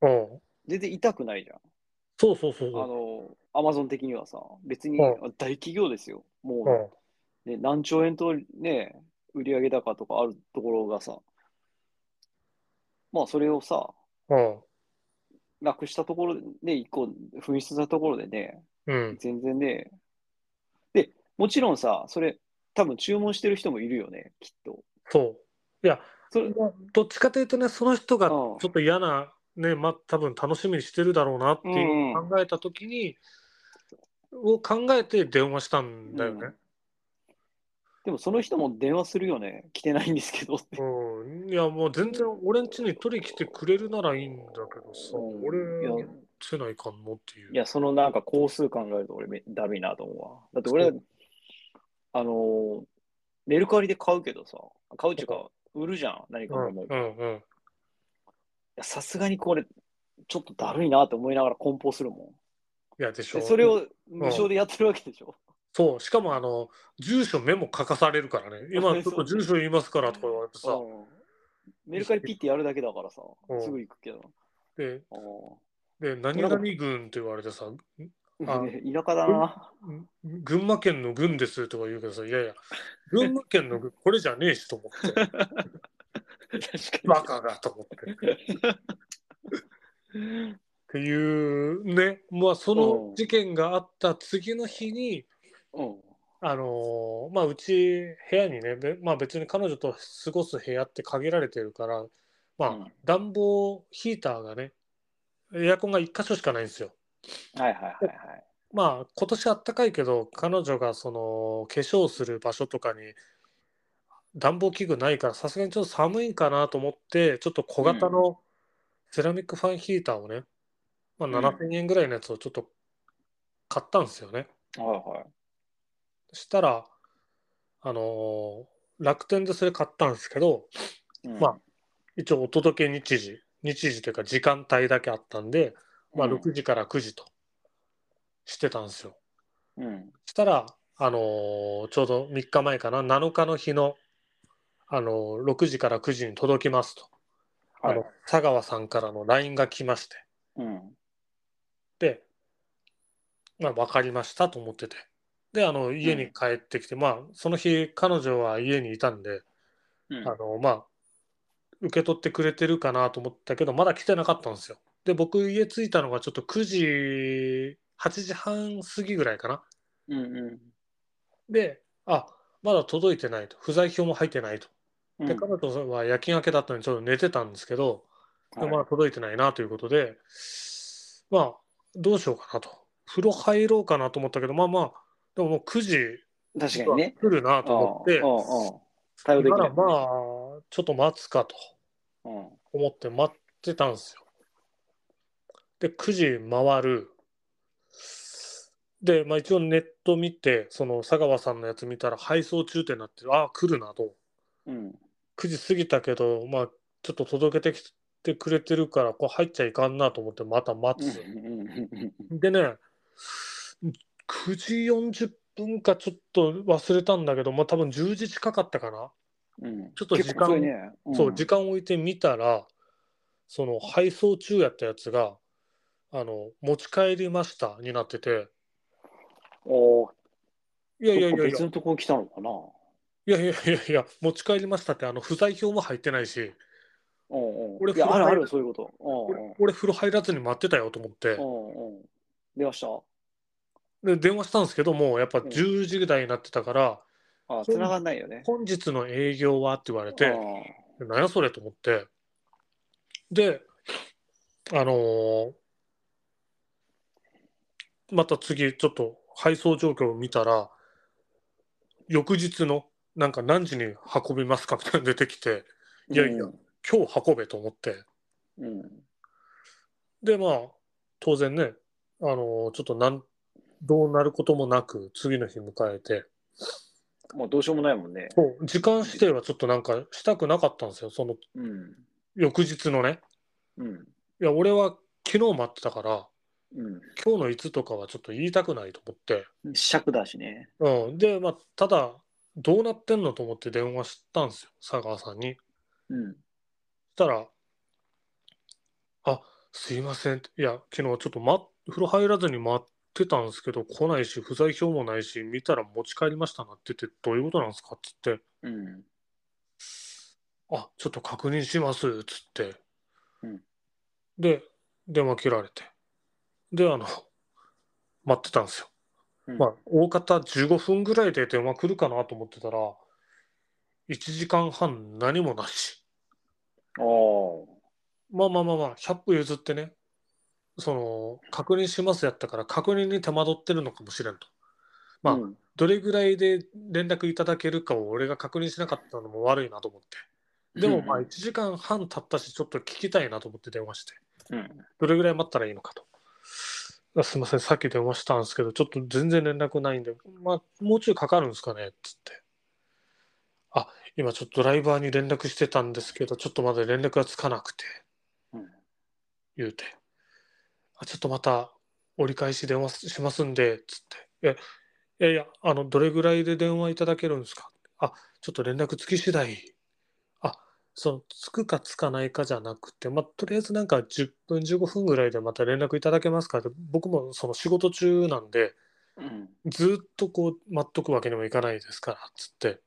Speaker 2: うん。
Speaker 1: 全然痛くないじゃん。
Speaker 2: そうそうそう
Speaker 1: あ
Speaker 2: そう。
Speaker 1: の、アマゾン的にはさ、別に
Speaker 2: うん
Speaker 1: 大企業ですよ。
Speaker 2: う
Speaker 1: も
Speaker 2: ん。
Speaker 1: う、ね、何兆円とね、売上高とかあるところがさ、まあそれをさ、
Speaker 2: うん。
Speaker 1: なくしたところで、ね、一個紛失したところでね、
Speaker 2: うん。
Speaker 1: 全然ね、で、もちろんさ、それ、多分注文してる人もいるよね、きっと。
Speaker 2: そう。
Speaker 1: それ、
Speaker 2: どっちかというとね、その人がち
Speaker 1: う
Speaker 2: ょ
Speaker 1: ん
Speaker 2: っと嫌な、ね、まあ、多分楽しみにしてるだろうなっていう
Speaker 1: うん
Speaker 2: 考えたときに、を考えて電話したんだよね。
Speaker 1: でもその人も電話するよね、来てないんですけどって。
Speaker 2: うん。いや、もう全然俺ん家に取り来てくれるならいいんだけど
Speaker 1: い
Speaker 2: さ、俺
Speaker 1: や
Speaker 2: ん家ないかんのっていう。
Speaker 1: いや、そのなんか工数考えると俺め、だるいなと思うわ。だって俺は
Speaker 2: そ、
Speaker 1: あのーメルカリで買うけどさ、買うっていうか、売るじゃん、何か
Speaker 2: うん、
Speaker 1: も
Speaker 2: うん
Speaker 1: の。い
Speaker 2: うん。
Speaker 1: やさすがにこれ、ちょっとだるいなと思いながら梱包するも
Speaker 2: いや、でし
Speaker 1: ん。
Speaker 2: ょ。
Speaker 1: で、それを無償でやってるわけでしょ。
Speaker 2: そう、しかもあの、住所メモ書かされるからね。今、ちょっと住所言いますからとか言われてさ、
Speaker 1: うんメルカリピッてやるだけだからさ
Speaker 2: う、ん
Speaker 1: すぐ行くけど。
Speaker 2: で、
Speaker 1: あー
Speaker 2: で、何々軍って言われてさ、あ
Speaker 1: 田舎だな。
Speaker 2: 群馬県の軍ですとか言うけどさ、いや いや、群馬県の軍、これじゃねえしと思って、
Speaker 1: 確
Speaker 2: バ
Speaker 1: か
Speaker 2: カがと思って。っていうね、まあ、その事件があった次の日に、
Speaker 1: に。
Speaker 2: あのーまあ、うち部屋にね、べまあ、別に彼女と過ごす部屋って限られてるから、まあ
Speaker 1: うん
Speaker 2: 暖房ヒーターがね、エアコンが1箇所しかないんですよ。
Speaker 1: うん。はいはいはいはい。
Speaker 2: まあ今年あったかいけど彼女がその化粧する場所とかに暖房器具ないからさすがにちょっと寒いかなと思ってちょっと小型のセラミックファンヒーターをね、まあ、
Speaker 1: うん
Speaker 2: 7000円ぐらいのやつをちょっと買ったんですよね。
Speaker 1: はいはい。
Speaker 2: そしたらあのー楽天でそれ買ったんですけど
Speaker 1: うん
Speaker 2: まあ一応お届け日時日時というか時間帯だけあったんで、まあ、
Speaker 1: うん
Speaker 2: 6時から9時としてたんですよ。
Speaker 1: うん。
Speaker 2: したら、あのーちょうど3日前かな7日の日の、あのー6時から9時に届きますと、
Speaker 1: は
Speaker 2: あ
Speaker 1: い
Speaker 2: の。佐川さんからの LINE が来まして
Speaker 1: うん。
Speaker 2: で、まあ、分かりましたと思っててであの家に帰ってきて、まあその日彼女は家にいたんで、
Speaker 1: うん
Speaker 2: あのまあ受け取ってくれてるかなと思ったけどまだ来てなかったんですよで僕家着いたのがちょっと9時8時半過ぎぐらいかな
Speaker 1: うんうん
Speaker 2: で、あまだ届いてないと、不在表も入ってないと。
Speaker 1: うん。
Speaker 2: で、彼女は夜勤明けだったので、ちょっと寝てたんですけど、
Speaker 1: はい
Speaker 2: でまだ届いてないなということで、まあ、どうしようかなと。風呂入ろうかなと思ったけど、まあまあ、でももう9時
Speaker 1: 確かに
Speaker 2: は
Speaker 1: ね
Speaker 2: 来。るなと思って、
Speaker 1: うんうんうん対応でき
Speaker 2: な
Speaker 1: な
Speaker 2: ら
Speaker 1: い。
Speaker 2: まあ、ちょっと待つかと
Speaker 1: うん
Speaker 2: 思って待ってたんですよ。で、9時回る。で、まあ、一応ネット見て、その佐川さんのやつ見たら配送中ってなってる、ああ、来るなと。
Speaker 1: うん。
Speaker 2: 9時過ぎたけど、まあ、ちょっと届けてきてくれてるから、こう入っちゃいかんなと思って、また待
Speaker 1: うん
Speaker 2: つ。
Speaker 1: うんうん
Speaker 2: でね、9時40分かちょっと忘れたんだけど、まあ、多分10時近かったかな。
Speaker 1: うんうん
Speaker 2: ちょっと
Speaker 1: 結
Speaker 2: 時間
Speaker 1: 構遅いねん
Speaker 2: そう、時間を置いてみたら、その配送中やったやつが、あの、持ち帰りましたになってて、
Speaker 1: おー
Speaker 2: いやいやい
Speaker 1: どっ
Speaker 2: や
Speaker 1: か
Speaker 2: いや
Speaker 1: 別、のとこ来たのかな。
Speaker 2: いやいやいやいや、持ち帰りましたって、あの、不在表も入ってないし、
Speaker 1: うんうん。
Speaker 2: 俺
Speaker 1: いや、
Speaker 2: 風
Speaker 1: ある
Speaker 2: 呂入る
Speaker 1: ある、そういうこと。うんうん
Speaker 2: 俺俺風呂入らずに待ってたよと思って
Speaker 1: う、んうん。出ました。
Speaker 2: で、電話したんですけども、やっぱ10時台になってたから、
Speaker 1: あ、繋がんないよね。
Speaker 2: 本日の営業はって言われ
Speaker 1: う
Speaker 2: て、何やそれと思って、で、あのーまた次、ちょっと配送状況を見たら、翌日のなんか何時に運びますかみたいなの出てきて、いやいや
Speaker 1: うん
Speaker 2: 今日運べと思って。
Speaker 1: うん。
Speaker 2: で、まあ、当然ね、あのちょっとなん、どうなることもなく、次の日迎えて、
Speaker 1: もうどうしようもないもんね。
Speaker 2: そう時間指定はちょっとなんかしたくなかったんですよ、その
Speaker 1: うん。
Speaker 2: 翌日のね。
Speaker 1: うん。
Speaker 2: いや、俺は昨日待ってたから、
Speaker 1: う
Speaker 2: 今日のいつとかはちょっと言いたくないと思って。
Speaker 1: ん。尺だしね。
Speaker 2: うん、で、まあ、ただ、どうなってんのと思って電話したんですよ、佐川さんに。
Speaker 1: うん。
Speaker 2: したら、あすいませんって、いや、昨日ちょっと、ま、風呂入らずに待ってたんですけど、来ないし、不在票もないし、見たら持ち帰りましたなって言って、どういうことなんですかって言って、
Speaker 1: うん。
Speaker 2: あちょっと確認しますっつって、
Speaker 1: うん
Speaker 2: で、電話切られて、で、あの、待ってたんですよ。
Speaker 1: うん
Speaker 2: まあ、大方15分ぐらいで電話来るかなと思ってたら、1時間半何もなし。
Speaker 1: あー
Speaker 2: まあまあまあまあ、100歩譲ってね、その、確認しますやったから、確認に手間取ってるのかもしれんと。まあ
Speaker 1: うん
Speaker 2: どれぐらいで連絡いただけるかを俺が確認しなかったのも悪いなと思って。でもまあ、1時間半経ったし、ちょっと聞きたいなと思って電話して、
Speaker 1: うん。
Speaker 2: どれぐらい待ったらいいのかと。あすいません、さっき電話したんですけど、ちょっと全然連絡ないんで、まあ、もうちょいかかるんですかねっつって。あ、今ちょっとドライバーに連絡してたんですけど、ちょっとまだ連絡がつかなくて。
Speaker 1: うん。
Speaker 2: 言うて、あちょっとまた折り返し電話しますんで、つって、えいやいや、あの、どれぐらいで電話いただけるんですかあ、ちょっと連絡つき次第、あ、その、つくかつかないかじゃなくて、まあ、とりあえずなんか10分、15分ぐらいでまた連絡いただけますかって、僕もその仕事中なんで、
Speaker 1: うん。
Speaker 2: ずっとこう、待っとくわけにもいかないですから、つって、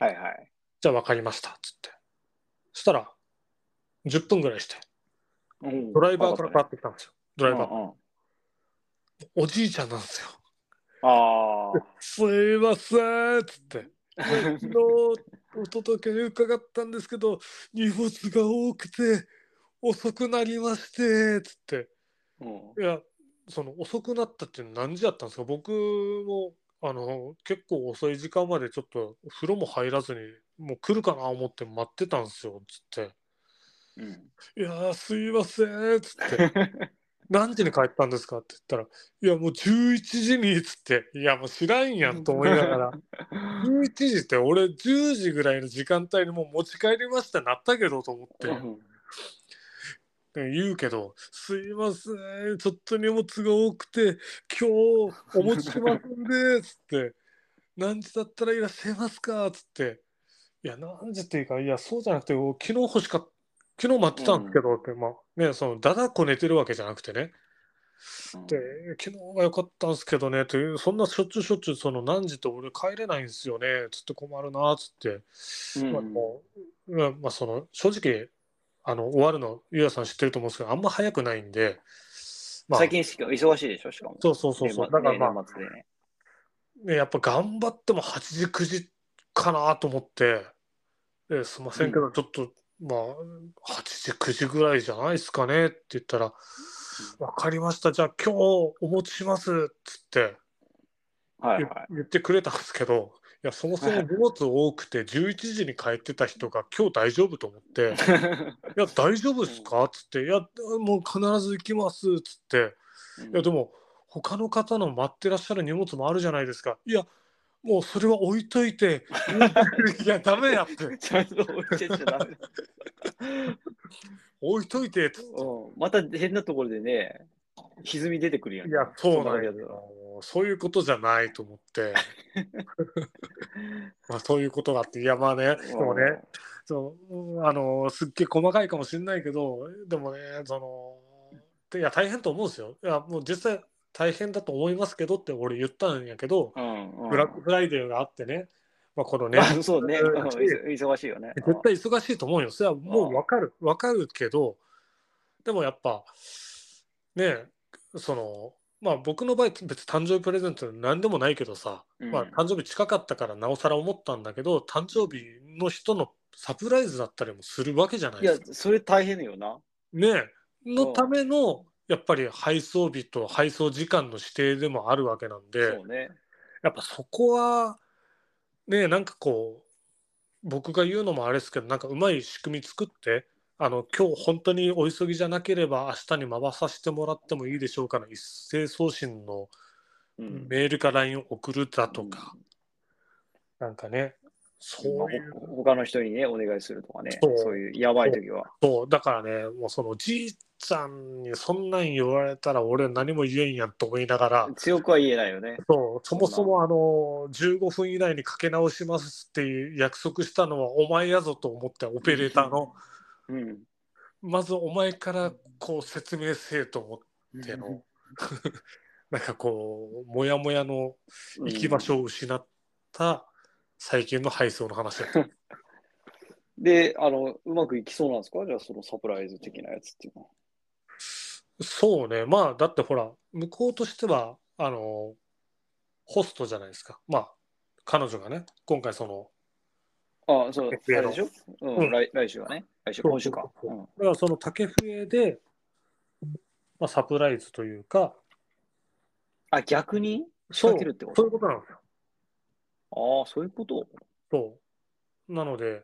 Speaker 1: はいはい。
Speaker 2: じゃあ分かりました、つって。そしたら、10分ぐらいして、
Speaker 1: うん
Speaker 2: ドライバーからパ
Speaker 1: わ
Speaker 2: ッ
Speaker 1: か
Speaker 2: てきたんですよ。ドライ
Speaker 1: ったね
Speaker 2: バー。
Speaker 1: うんうん
Speaker 2: おじいちゃんなんですよ。
Speaker 1: あ
Speaker 2: すいませんっつって
Speaker 1: あ。
Speaker 2: 昨日お届けに伺ったんですけど荷物が多くて遅くなりましてっつって
Speaker 1: うん
Speaker 2: いやその遅くなったって何時だったんですか僕もあの結構遅い時間までちょっと風呂も入らずにもう来るかな思って待ってたんですよっつっ
Speaker 1: うん。
Speaker 2: て「いやーすいません」っつって「何時に帰ったんですか?」って言ったら「いやもう11時に」っつって「いやもう知らんやん」と思いながら11時って俺10時ぐらいの時間帯にもう持ち帰りましたなったけどと思って、言うけど「すいませんちょっと荷物が多くて今日お持ちしますんで」つって「何時だったらいらっしゃいますか?」つって「いや何時っていうかいやそうじゃなくて昨日欲しかった昨日待ってたんですけど」って、まあねそのだだこ寝てるわけじゃなくてね
Speaker 1: うん
Speaker 2: で昨日が良かったんですけどねというそんなしょっちゅうしょっちゅうその何時って俺帰れないんですよねつって困るなつっ
Speaker 1: う
Speaker 2: て、
Speaker 1: ん
Speaker 2: まあもうまあまあその正直あの終わるのゆうやさん知ってると思うんですけどあんま早くないんで、まあ、
Speaker 1: 最近しか忙しいでしょ、しかも。
Speaker 2: そうそうそうそうだからまあ、
Speaker 1: 年末でね。
Speaker 2: ね、やっぱ頑張っても8時9時かなと思ってですいませんけど、ちょっとまあ8時9時ぐらいじゃないですかねって言ったら「分かりましたじゃあ今日お持ちします」っつって。
Speaker 1: はい
Speaker 2: 言
Speaker 1: はい。
Speaker 2: 言ってくれたんですけど、いやそもそも荷物多くて11時に帰ってた人が今日大丈夫と思って「いや大丈夫ですか?」っつって「いやもう必ず行きます」っつって「いやでも他の方の待ってらっしゃる荷物もあるじゃないですか」「いやもうそれは置いといて いやダメや」って
Speaker 1: ちゃんと置いてっちゃダメだ。
Speaker 2: 「置いといて」っつって
Speaker 1: うんまた変なところでね、歪み出てくるやん。
Speaker 2: いやそうなんや
Speaker 1: そんなやつは
Speaker 2: そういうことじゃないと思って まあそういうことがあっていやまあねでもねそううんあのすっげえ細かいかもしれないけどでもねそのでいや大変と思うんですよいやもう実際大変だと思いますけどって俺言ったんやけど、
Speaker 1: うん。うん。
Speaker 2: ブラックフライデーがあってね、まあ、こ のね
Speaker 1: まあそうね。うん忙しいよね。
Speaker 2: 絶対忙しいと思うよそれはも
Speaker 1: あ
Speaker 2: う
Speaker 1: あ
Speaker 2: 分かる分かるけどでもやっぱねえそのまあ僕の場合別に誕生日プレゼントなんでもないけどさ、
Speaker 1: うん
Speaker 2: まあ、誕生日近かったからなおさら思ったんだけど誕生日の人のサプライズだったりもするわけじゃない
Speaker 1: い
Speaker 2: で
Speaker 1: や
Speaker 2: すか。、
Speaker 1: それ大変よな。
Speaker 2: ねえの
Speaker 1: うん
Speaker 2: ためのやっぱり配送日と配送時間の指定でもあるわけなんで。
Speaker 1: そうね。
Speaker 2: やっぱそこは、ねなんかこう僕が言うのもあれですけどなんかうまい仕組み作ってあの今日本当にお急ぎじゃなければ明日に回させてもらってもいいでしょうかの一斉送信の
Speaker 1: うん。
Speaker 2: メールか LINE を送るだとか、なんかねそういう
Speaker 1: まあほ他の人にね、お願いするとかね、
Speaker 2: そう
Speaker 1: そういうやばい時は。
Speaker 2: そうだからねもうそのじいちゃんにそんなん言われたら俺何も言えんやんと思いながら
Speaker 1: 強くは言えないよね。
Speaker 2: そうそもそもあの15分以内にかけ直しますっていう約束したのはお前やぞと思ってオペレーター の
Speaker 1: うん。
Speaker 2: まずお前からこう説明せえと思ってのなんかこうモヤモヤの
Speaker 1: うん
Speaker 2: 行き場所を失った最近の配送の話だった。
Speaker 1: で、あの、うまくいきそうなんですかじゃあ、そのサプライズ的なやつっていうのは。
Speaker 2: そうね、まあ、だってほら、向こうとしては、あの、ホストじゃないですか。まあ、彼女がね、今回その、
Speaker 1: あそう、あ
Speaker 2: や
Speaker 1: れ
Speaker 2: ろう
Speaker 1: でしょうん、
Speaker 2: うん
Speaker 1: 来来週はね。来週、
Speaker 2: そう
Speaker 1: 今週か。
Speaker 2: そううんだからその竹笛で、まあ、サプライズというか、
Speaker 1: あ、逆に仕
Speaker 2: そう
Speaker 1: 掛けるってこ
Speaker 2: そう
Speaker 1: と
Speaker 2: いうことなんですよ。
Speaker 1: ああ、そういうこと
Speaker 2: そう。なので、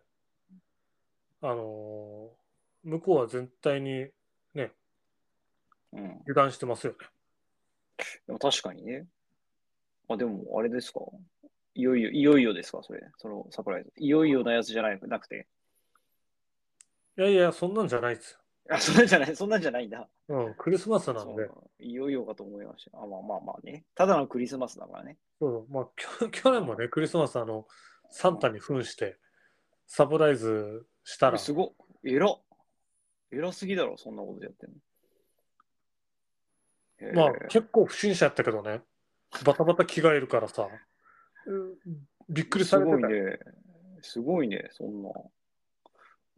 Speaker 2: あのー向こうは絶対に
Speaker 1: うん。
Speaker 2: 油断してますよね。
Speaker 1: でも確かにね。あ、でも、あれですか。いよいよ、いよいよですか、それ。そのサプライズ。いよいよなやつじゃないなくて。
Speaker 2: いやいや、そんなんじゃないです
Speaker 1: あ、そんなんじゃない、そんなんじゃないんだ。
Speaker 2: よ。うん、クリスマスなので、
Speaker 1: そういよいよかと思いました。あ、まあまあまあね。ただのクリスマスだからね。
Speaker 2: そうまあ、きょ 去年もね、クリスマス、あの、サンタに扮して、サプライズしたら、
Speaker 1: すごっ。偉っ。偉すぎだろ、そんなことやってんの。
Speaker 2: まあ
Speaker 1: へえ、
Speaker 2: 結構不審者やったけどね、バタバタ着替えるからさ、びっくりさ
Speaker 1: す
Speaker 2: れて
Speaker 1: ごい
Speaker 2: たよ。
Speaker 1: ね。すごいね、そんな。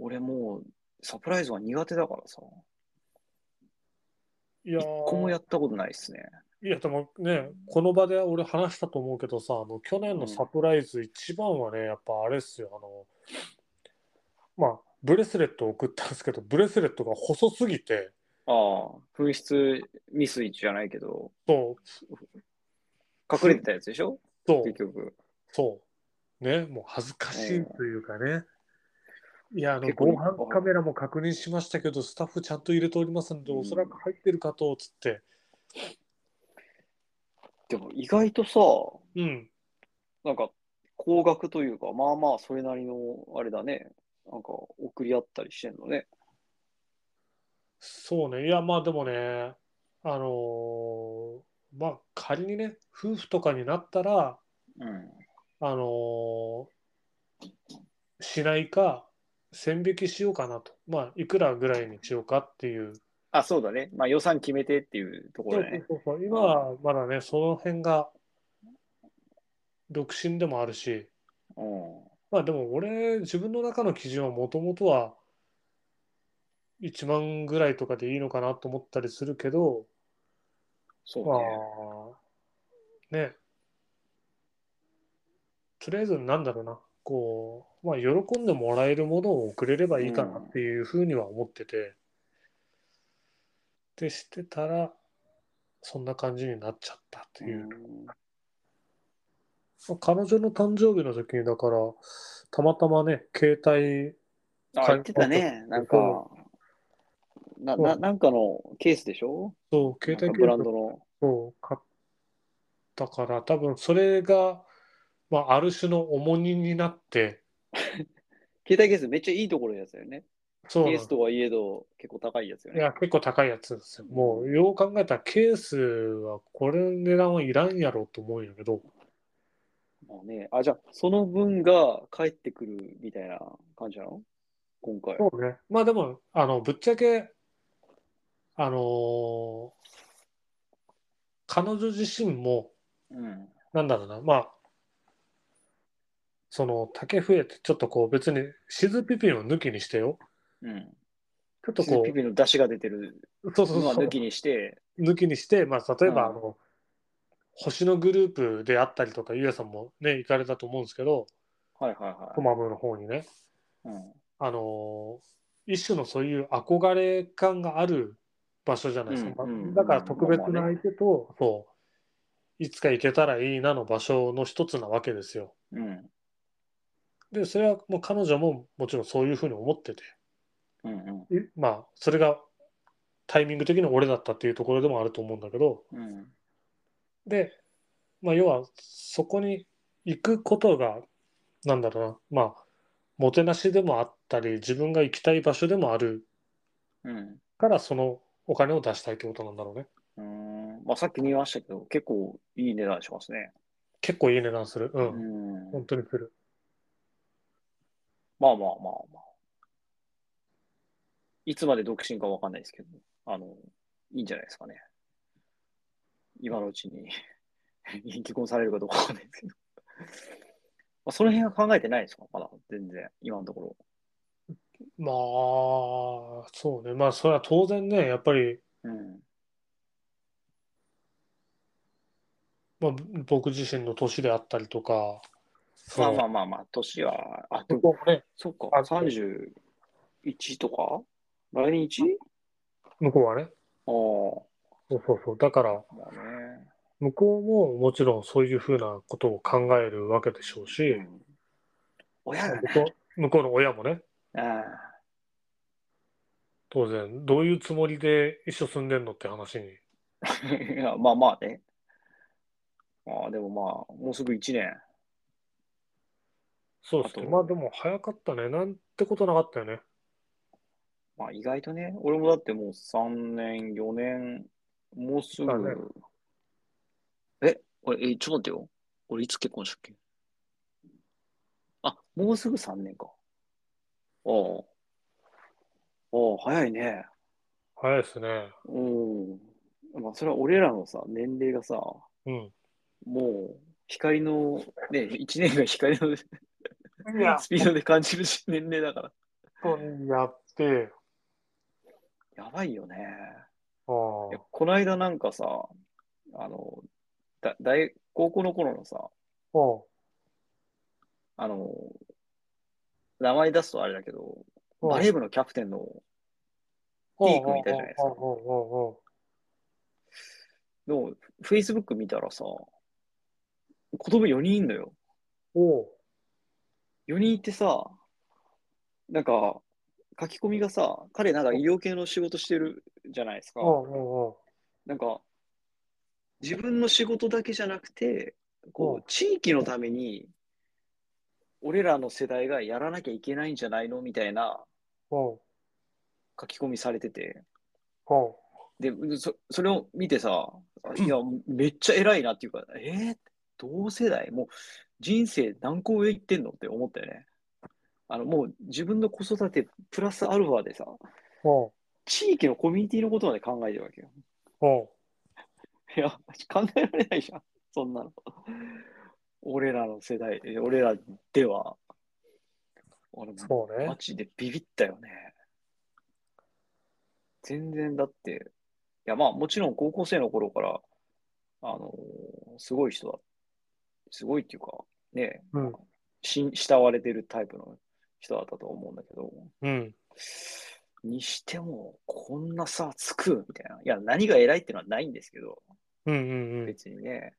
Speaker 1: 俺もう、サプライズは苦手だからさ。
Speaker 2: いやー
Speaker 1: 一個もやったことないっすね。
Speaker 2: いや、でもね、この場で俺話したと思うけどさ、あの去年のサプライズ、一番はね、やっぱあれっすよ、あの、まあ、ブレスレットを送ったんですけど、ブレスレットが細すぎて、
Speaker 1: ああ、紛失未遂じゃないけど、
Speaker 2: そう、
Speaker 1: 隠れてたやつでしょ
Speaker 2: そう
Speaker 1: 結、局。
Speaker 2: そう。ね、もう恥ずかしいというかね。いや、あの、
Speaker 1: 結構
Speaker 2: 防犯カメラも確認しましたけど、スタッフちゃんと入れておりますので、
Speaker 1: うん
Speaker 2: おそらく入ってるかと、つって。
Speaker 1: でも意外とさ、
Speaker 2: うん。
Speaker 1: なんか、高額というか、まあまあ、それなりの、あれだね。なんか、送り合ったりしてんのね。
Speaker 2: そうね。いや、まあでもね、あのーまあ仮にね、夫婦とかになったら、
Speaker 1: うん。
Speaker 2: あのーしないか、線引きしようかなと。まあ、いくらぐらいにしようかっていう。
Speaker 1: あ、そうだね。まあ、予算決めてっていうところだね。
Speaker 2: そうそうそう今はまだね、その辺が、独身でもあるし、
Speaker 1: うん。
Speaker 2: まあでも俺、自分の中の基準はもともとは1万ぐらいとかでいいのかなと思ったりするけど、
Speaker 1: そう
Speaker 2: まあ
Speaker 1: ね。、
Speaker 2: ね、とりあえずなんだろうな、こう、まあ喜んでもらえるものを送れればいいかなっていうふうには思ってて、でしてたら、そんな感じになっちゃったっていう。
Speaker 1: うん
Speaker 2: まあ彼女の誕生日の時に、だから、たまたまね、携帯、
Speaker 1: あ、言ってたね。なんか、な、な、なんかのケースでしょ
Speaker 2: そう、
Speaker 1: なん
Speaker 2: 携
Speaker 1: か
Speaker 2: 帯
Speaker 1: ブ
Speaker 2: ケ
Speaker 1: ラン
Speaker 2: ース
Speaker 1: ドの。
Speaker 2: を買ったから、多分それが、まあ、ある種の重荷になって、
Speaker 1: 携帯ケースめっちゃいいところのやつだよね。
Speaker 2: そうなん
Speaker 1: ケ
Speaker 2: で
Speaker 1: ー
Speaker 2: す
Speaker 1: スとはいえど、結構高いやつよ
Speaker 2: い
Speaker 1: ね。
Speaker 2: や、結構高いやつですよ。もう、よう考えたら、ケースは、これの値段はいらんやろと思うんやけど、
Speaker 1: まあね、あ、じゃあ、その分が返ってくるみたいな感じなの今回。
Speaker 2: そうね。まあ、でも、あの、ぶっちゃけ、あのー彼女自身も、
Speaker 1: うん。
Speaker 2: なんだろうな、まあ、その竹笛ってちょっとこう別にシズピピンを抜きにしてよ。
Speaker 1: うん。
Speaker 2: ちょっ
Speaker 1: ちょ
Speaker 2: とこ
Speaker 1: ピピの出汁が出てる
Speaker 2: う、そうそう
Speaker 1: の
Speaker 2: そ
Speaker 1: は
Speaker 2: う
Speaker 1: 抜きにして、
Speaker 2: 抜きにして、まあ、例えば、
Speaker 1: うん
Speaker 2: あの星のグループであったりとか、ゆうやさんもね、行かれたと思うんですけど、
Speaker 1: はいはいは
Speaker 2: トマムの方にね、
Speaker 1: い。うん。
Speaker 2: あのー一種のそういう憧れ感がある場所じゃないですか。
Speaker 1: うんうん
Speaker 2: だから特別
Speaker 1: まあ
Speaker 2: な
Speaker 1: まあ
Speaker 2: 相手と、そう、いつか行けたらいいなの場所の一つなわけですよ。
Speaker 1: うん。
Speaker 2: で、それはもう彼女ももちろんそういうふうに思ってて、
Speaker 1: うんうん
Speaker 2: まあ、それがタイミング的に俺だったっていうところでもあると思うんだけど、
Speaker 1: うん
Speaker 2: で、まあ、要はそこに行くことがなんだろうなまあもてなしでもあったり自分が行きたい場所でもある
Speaker 1: うん
Speaker 2: からそのお金を出したいってことなんだろうね
Speaker 1: うんまあ、さっき見ましたけど、結構いい値段しますね。
Speaker 2: 結構いい値段するう、
Speaker 1: うんん
Speaker 2: 本当にする
Speaker 1: まあまあまあまあ。いつまで独身かわかんないですけど、あの、いいんじゃないですかね。今のうちに 既婚されるかどうかわかんないですけど。まあ、その辺は考えてないですかまだ、全然、今のところ。
Speaker 2: まあそうねまあそれは当然ねやっぱり、
Speaker 1: うん。
Speaker 2: まあ、僕自身の年であったりとかそ
Speaker 1: まあま
Speaker 2: の
Speaker 1: あまあまあ、年は、あ、で
Speaker 2: 向
Speaker 1: も、
Speaker 2: こうもね
Speaker 1: そっか、
Speaker 2: あ
Speaker 1: 31とか来年 1?
Speaker 2: 向こうは
Speaker 1: あ
Speaker 2: ねそうそうそうだから
Speaker 1: あ、まあね。
Speaker 2: 向こうももちろんそういうふうなことを考えるわけでしょうし、
Speaker 1: うん親が
Speaker 2: 向
Speaker 1: ね。
Speaker 2: こう向こうの親もね
Speaker 1: あ
Speaker 2: 当然どういうつもりで一緒住んでんのって話に
Speaker 1: あいや まあまあね。ああ、でもまあ、もうすぐ1年。
Speaker 2: そうですね
Speaker 1: あと
Speaker 2: まあでも早かったねなんてことなかったよね
Speaker 1: まあ意外とね、俺もだってもう3年、4年、もうすぐ。
Speaker 2: だね
Speaker 1: え、俺、え、ちょっと待ってよ。俺いつ結婚したっけあ、もうすぐ3年か。ああ。ああ、早いね。
Speaker 2: 早いですね
Speaker 1: うん。まあそれは俺らのさ、年齢がさ、
Speaker 2: うん
Speaker 1: もう、光の、ね、1年が光のス
Speaker 2: いや
Speaker 1: ピードで感じるし年齢だから。
Speaker 2: 本当にやってえよ
Speaker 1: やばいよね。い
Speaker 2: あ
Speaker 1: やこの間なんかさ、あの、だ大高校の頃のさ、
Speaker 2: ああ
Speaker 1: あの、名前出すとあれだけど、
Speaker 2: あ
Speaker 1: バレー部のキャプテンの、
Speaker 2: あ
Speaker 1: ピークみたいじゃないですか
Speaker 2: あああああ
Speaker 1: の、フェイスブック見たらさ、子供4人いんのよ。
Speaker 2: おう
Speaker 1: 4人いてさ、なんか、書き込みがさ、彼なんか医療系の仕事してるじゃないですか。
Speaker 2: おうおう
Speaker 1: なんか、自分の仕事だけじゃなくて、
Speaker 2: う
Speaker 1: こ
Speaker 2: ん
Speaker 1: う、地域のために、俺らの世代がやらなきゃいけないんじゃないのみたいな
Speaker 2: おう
Speaker 1: 書き込みされてて。
Speaker 2: おう
Speaker 1: で、そそれを見てさ、いや、めっちゃ偉いなっていうか、えー、同世代もう人生何個上行ってんのって思ったよね。あの、もう自分の子育てプラスアルファでさ、
Speaker 2: おう
Speaker 1: 地域のコミュニティのことまで考えてるわけよ。
Speaker 2: おう
Speaker 1: いや、考えられないじゃん、そんなの。俺らの世代、え俺らでは。俺も
Speaker 2: そうね
Speaker 1: マジでビビったよね。全然だって、いやまあもちろん高校生の頃から、あのーすごい人だ。すごいっていうか、ね、
Speaker 2: うん
Speaker 1: し慕われてるタイプの人だったと思うんだけど、
Speaker 2: うん
Speaker 1: にしても、こんな差つくみたいな。いや、何が偉いってのはないんですけど、
Speaker 2: うんうんうん
Speaker 1: 別にね、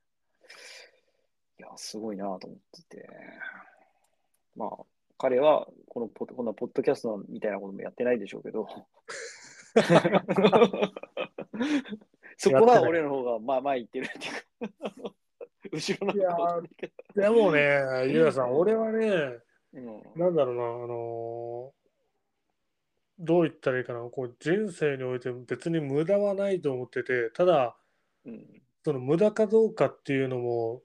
Speaker 1: いや、すごいなと思ってて、まあ、彼はこのポッこんなポッドキャストみたいなこともやってないでしょうけ ど、そこは俺の方がまあ前行ってるっていうか、後ろなのかもしれないけ
Speaker 2: でもねゆうやさん俺はね
Speaker 1: ど、うん
Speaker 2: なんだろうな、あのーどう言ったらいいかな、こう人生において別に無駄はないと思ってて、ただ、
Speaker 1: うん
Speaker 2: その無駄かどうかっていうのも、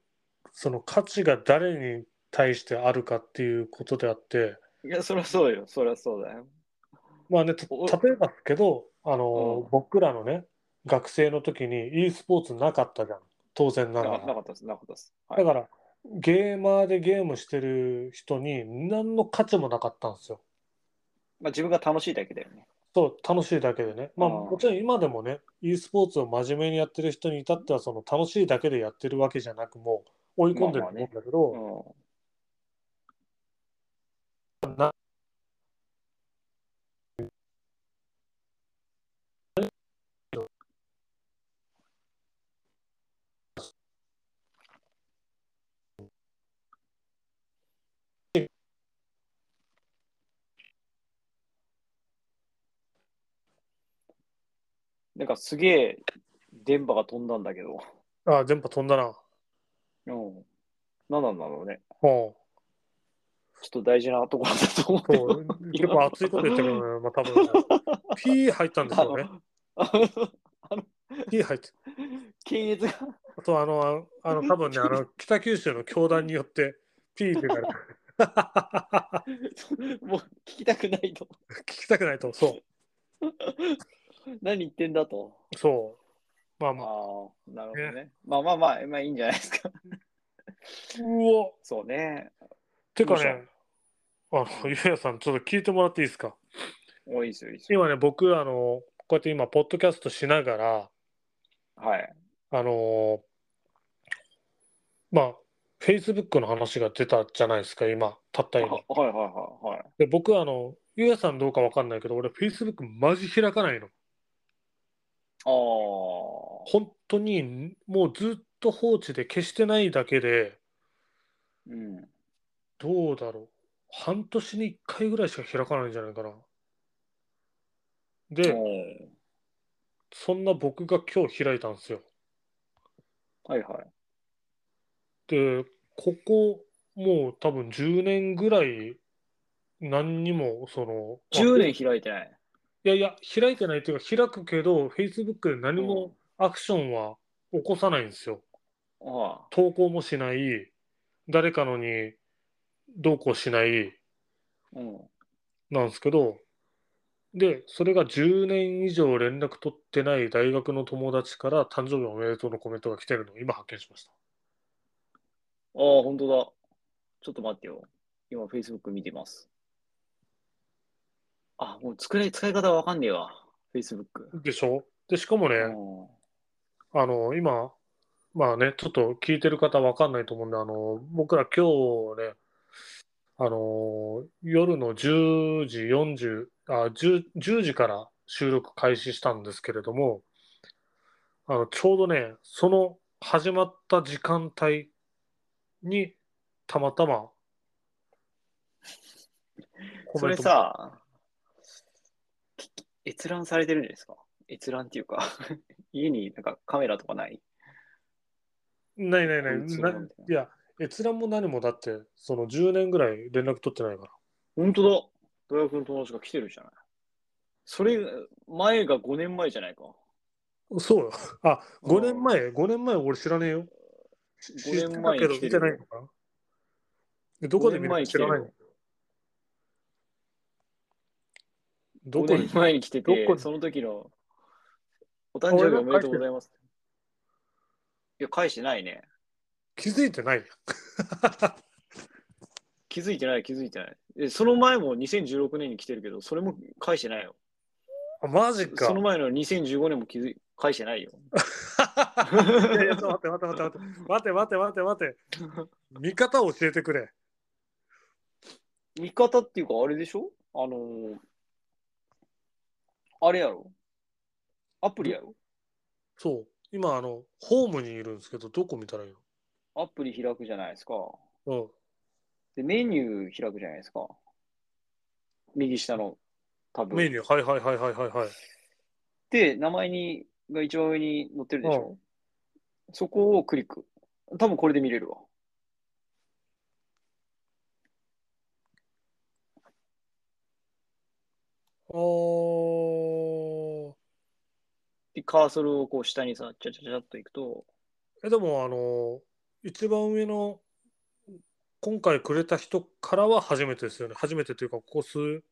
Speaker 2: その価値が誰に対してあるかっていうことであって、
Speaker 1: いや、そりゃそうよ、そりゃそうだよ。
Speaker 2: まあね、た
Speaker 1: お
Speaker 2: 例えばですけど、あのー
Speaker 1: うん
Speaker 2: 僕らのね、学生の時に e スポーツなかったじゃん、当然な
Speaker 1: な
Speaker 2: が。
Speaker 1: からなかったです、なかったです。はい
Speaker 2: だから、ゲーマーでゲームしてる人に何の価値もなかったんですよ。
Speaker 1: まあ、自分が楽しいだけだよね。
Speaker 2: そう、楽しいだけでね。まあ、
Speaker 1: あー
Speaker 2: もちろん今でもね、e スポーツを真面目にやってる人に至っては、その楽しいだけでやってるわけじゃなく、もう追い込んでると思うんだけど、
Speaker 1: うんなんかすげえ電波が飛んだんだけど。
Speaker 2: ああ、電波飛んだな。
Speaker 1: うん。なんなんだろうね。
Speaker 2: うん。
Speaker 1: ちょっと大事なところだと思って。
Speaker 2: そう、結構熱いこと言ってるよね、まあ多分。ピー入ったんでしょうね。
Speaker 1: あの、
Speaker 2: ピー入って。
Speaker 1: 検閲が。
Speaker 2: あと、あの、あの、多分ね、あの、北九州の教団によって、ピーってなる。
Speaker 1: もう聞きたくないと。
Speaker 2: 聞きたくないと、そ
Speaker 1: 何言ってんだと。
Speaker 2: う、そう。まあ
Speaker 1: ああ
Speaker 2: まあ。、
Speaker 1: なるほどね。まあまあまあ、まあいいんじゃないですか。
Speaker 2: うわ
Speaker 1: そうね。
Speaker 2: てか
Speaker 1: どう
Speaker 2: ね、あの、ゆうやさん、ちょっと聞いてもらっていいですか。
Speaker 1: 多いですよ、いいですよ。
Speaker 2: 今ね、僕、あの、こうやって今、ポッドキャストしながら、
Speaker 1: はい。
Speaker 2: あのまあ、Facebook の話が出たじゃないですか、今、たった
Speaker 1: はい
Speaker 2: 今
Speaker 1: はい。はいはいはい。
Speaker 2: で僕はあの、ゆうやさんどうかわかんないけど、俺、Facebook マジ開かないの。
Speaker 1: ああ。
Speaker 2: 本当に、もうずっと放置で消してないだけで、
Speaker 1: うん。
Speaker 2: どうだろう。半年に1回ぐらいしか開かないんじゃないかな。で、
Speaker 1: お
Speaker 2: そんな僕が今日開いたんですよ。
Speaker 1: ーはいはい。
Speaker 2: で、ここ、もう多分10年ぐらい、何にも、その、
Speaker 1: 10
Speaker 2: い
Speaker 1: 年開いてない。
Speaker 2: やいや、開いてないというか、開くけど、Facebook で何
Speaker 1: う
Speaker 2: も
Speaker 1: ん
Speaker 2: アクションは起こさないんですよ。
Speaker 1: ああ
Speaker 2: 投稿もしない、誰かのにどうこうしない
Speaker 1: うん。
Speaker 2: なんですけど、で、それが10年以上連絡取ってない大学の友達から誕生日おめでとうのコメントが来てるのを今発見しました。
Speaker 1: ああ、本当だ。ちょっと待ってよ。今、Facebook 見てます。あ、もう作れ、使い方わかんねえわ。Facebook。
Speaker 2: でしょで、しかもね、
Speaker 1: うん
Speaker 2: あの、今、まあね、ちょっと聞いてる方わかんないと思うんで、あの、僕ら今日ね、あの、夜の10時40、あ、10、10時から収録開始したんですけれども、あの、ちょうどね、その始まった時間帯に、たまたま、コ
Speaker 1: そ
Speaker 2: メ
Speaker 1: れ
Speaker 2: ント
Speaker 1: さ、き閲覧されてるんですか閲覧っていうか、 家になんかカメラとかない
Speaker 2: ないないない、
Speaker 1: こいつ
Speaker 2: な
Speaker 1: ら
Speaker 2: い
Speaker 1: みたいな
Speaker 2: や、閲覧も何もだって、その10年ぐらい連絡取ってないから。
Speaker 1: 本当だ。大学の友達が来てるじゃない。それ、前が5年前じゃないか。
Speaker 2: そうよ。あ、
Speaker 1: うん
Speaker 2: 5年前、5年前俺知らねえよ。
Speaker 1: 五年前に来てる
Speaker 2: 知ってたけど見てないのかなえどこで見る
Speaker 1: 五年前に来
Speaker 2: か知
Speaker 1: てる
Speaker 2: ら
Speaker 1: よ
Speaker 2: ないの
Speaker 1: 5
Speaker 2: どこで
Speaker 1: 年前に来てて
Speaker 2: どこ、に
Speaker 1: その時の、お誕生日おめでとうございます。いや、返してないね。
Speaker 2: 気づいてない
Speaker 1: 気づいてない、気づいてない。えその前も2016年に来てるけど、それも返してないよ。
Speaker 2: あ、マジか。
Speaker 1: その前の2015年も気づい返して ないよ。
Speaker 2: いやいや、ちょっと待って待って待って待って待って待って待って。見方を教えてくれ。
Speaker 1: 見方っていうか、あれでしょあのーあれやろアプリやろ
Speaker 2: そう。今、あの、ホームにいるんですけど、どこ見たらいい
Speaker 1: アプリ開くじゃないですか。
Speaker 2: の
Speaker 1: で、メニュー開くじゃないですか。右下のタ
Speaker 2: う
Speaker 1: ブ。
Speaker 2: ん。メニュー、はいはいはいはいはいはい。
Speaker 1: で、名前にが一番上に載ってるでしょ、そこをクリック。多分これで見れるわ。
Speaker 2: あー。
Speaker 1: で、カーソルをこう下にさ、ちゃちゃちゃっといくと、
Speaker 2: え、でも、あの、一番上の、今回くれた人からは初めてですよね。初めてというか、ここ数、ん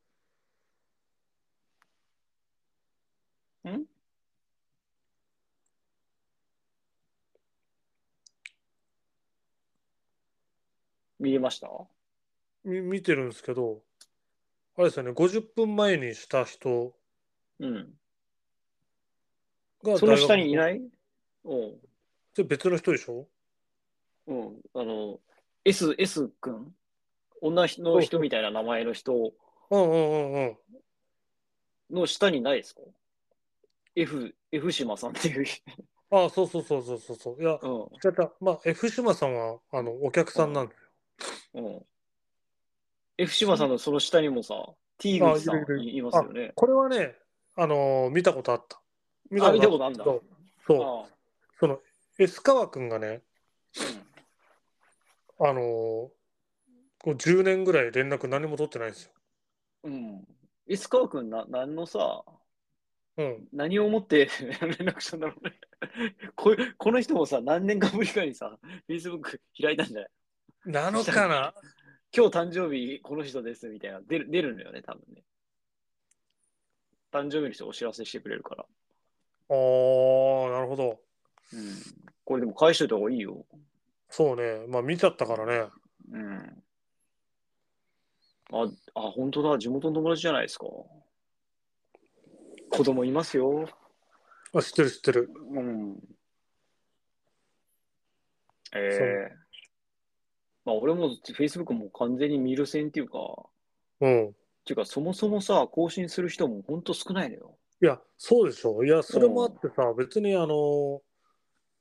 Speaker 1: 見れました
Speaker 2: み見てるんですけど、あれですよね、50分前にした人
Speaker 1: うん。
Speaker 2: が
Speaker 1: その下にい
Speaker 2: い。
Speaker 1: ないおう
Speaker 2: で別の人でしょ
Speaker 1: うん。あの、S、S 君女の人みたいな名前の人
Speaker 2: うんうんうんうん。
Speaker 1: の下にないですか ?F、F 島さんっていう。
Speaker 2: ああ、そうそうそうそうそうそう。いや、
Speaker 1: うん。
Speaker 2: じゃあ、まあ、F 島さんは、あの、お客さんなんで。
Speaker 1: うん。F 島さんのその下にもさ、T 口さんいますよね。
Speaker 2: これはね、あのー見たことあった。見
Speaker 1: あ見たことあんだ
Speaker 2: そうそう
Speaker 1: ああ
Speaker 2: その S 川君がねあのーこう10年ぐらい連絡何も取ってないんですよ。
Speaker 1: うん。うん。石川君、な、何のさ、
Speaker 2: うん、
Speaker 1: 何をもって 連絡したんだろうね。ここの人もさ、何年かぶりかにさ、Facebook 開いたんじゃない
Speaker 2: なのか な
Speaker 1: 今日誕生日この人ですみたいな、出る出るのよね、多分ね。誕生日の人お知らせしてくれるから。
Speaker 2: あーなるほど。
Speaker 1: うん。これでも返しといた方がいいよ。
Speaker 2: そうね。まあ見ちゃったからね。
Speaker 1: うん。あ、あ、本当だ。地元の友達じゃないですか。子供いますよ。
Speaker 2: あ知ってる知ってる。
Speaker 1: うん。ええまあ、俺も Facebook も完全に見る線っていうか、
Speaker 2: うん。
Speaker 1: っていうか、そもそもさ、更新する人も本当少ないのよ。
Speaker 2: いや、そうでしょ。いや、それもあってさ、別にあの、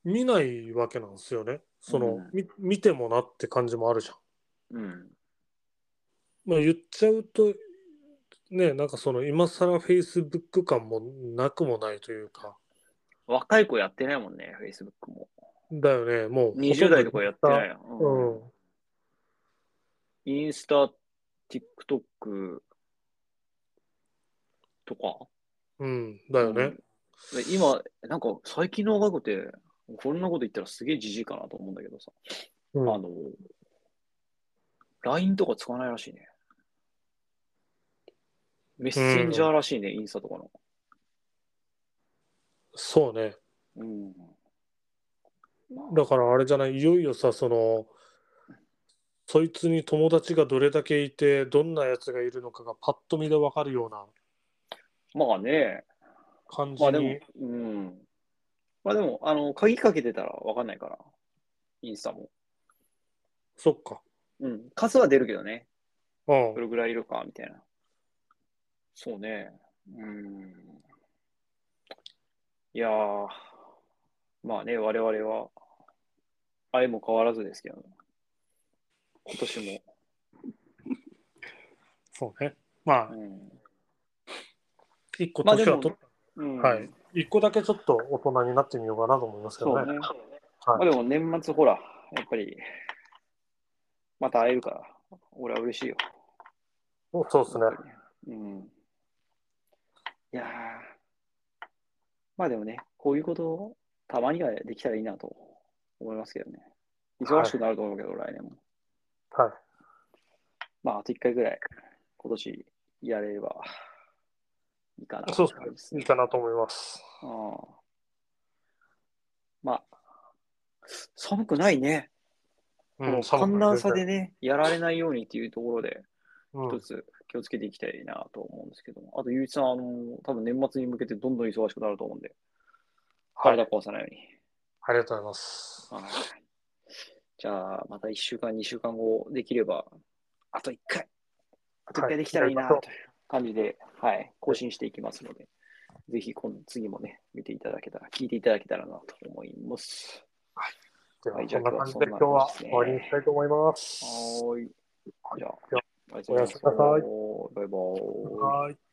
Speaker 2: 見ないわけなんですよね。その、
Speaker 1: うん
Speaker 2: み見てもなって感じもあるじゃん。
Speaker 1: うん。
Speaker 2: まあ、言っちゃうと、ね、なんかその、今更 Facebook 感もなくもないというか、
Speaker 1: 若い子やってないもんね、Facebook も。
Speaker 2: だよね、もう。
Speaker 1: 20代とかやってない
Speaker 2: い。
Speaker 1: よ。
Speaker 2: う
Speaker 1: うん
Speaker 2: ん。
Speaker 1: インスタ、TikTok とか。
Speaker 2: うん、だよね。
Speaker 1: うんで今、なんか最近の若い子って、こんなこと言ったらすげえじじいかなと思うんだけどさ、
Speaker 2: うん
Speaker 1: あの、LINE とか使わないらしいね。メッセンジャーらしいね、インスタとかの。
Speaker 2: そうね。
Speaker 1: うん。
Speaker 2: だからあれじゃない、いよいよさ、その、そいつに友達がどれだけいて、どんなやつがいるのかがパッと見でわかるような
Speaker 1: まあね、
Speaker 2: 感じ
Speaker 1: まあでも
Speaker 2: に。、
Speaker 1: うん。まあでも、あの、鍵かけてたらわかんないから、インスタも。
Speaker 2: そっか。
Speaker 1: うん。数は出るけどね、
Speaker 2: うん
Speaker 1: ど。れぐらいいるか、みたいな。そうね。うん。いやー、まあね、我々は、愛も変わらずですけど、今年も。
Speaker 2: そうね。まあ、
Speaker 1: うん
Speaker 2: 一個
Speaker 1: まあで
Speaker 2: 年
Speaker 1: も
Speaker 2: はと、
Speaker 1: うん。
Speaker 2: はい。一個だけちょっと大人になってみようかなと思いますけ
Speaker 1: そ
Speaker 2: ど
Speaker 1: う
Speaker 2: ね。
Speaker 1: ね。まあ
Speaker 2: はい
Speaker 1: でも年末ほら、やっぱり、また会えるから、俺は嬉しいよ。
Speaker 2: おそうですね。
Speaker 1: うん。いやーまあでもね、こういうことをたまにはできたらいいなと思いますけどね。忙しくなると思うけど、来年も。
Speaker 2: はい。
Speaker 1: まあ、あと1回ぐらい、今年やれればいいかな
Speaker 2: そうっす
Speaker 1: って
Speaker 2: ね
Speaker 1: 感じです
Speaker 2: い
Speaker 1: ね
Speaker 2: いかなと思います。
Speaker 1: うんまあ、寒くないね。
Speaker 2: う
Speaker 1: この寒暖差で。ね、やられないようにっていうところで、
Speaker 2: 寒く
Speaker 1: 一
Speaker 2: ない
Speaker 1: つ気をつけていきたいなと思うんですけども、あと、ゆういちさん、あの、多分年末に向けてどんどん忙しくなると思うんで、
Speaker 2: はい
Speaker 1: 体壊さないように。
Speaker 2: ありがとうございます。
Speaker 1: はいじゃあ、また1週間、2週間後できれば、あと1回、あと1
Speaker 2: はい
Speaker 1: 回できたらいいな
Speaker 2: やり
Speaker 1: とい
Speaker 2: ま
Speaker 1: う感じで、はい、更新していきますので、ぜひ今度、次もね、見ていただけたら、聞いていただけたらなと思います。
Speaker 2: では
Speaker 1: はいじゃ
Speaker 2: こ
Speaker 1: あ
Speaker 2: んな感じで今日は終わりにしたいと思います。
Speaker 1: はーい。じゃあ、おや
Speaker 2: おやすみなさい
Speaker 1: バイバイ。
Speaker 2: はい。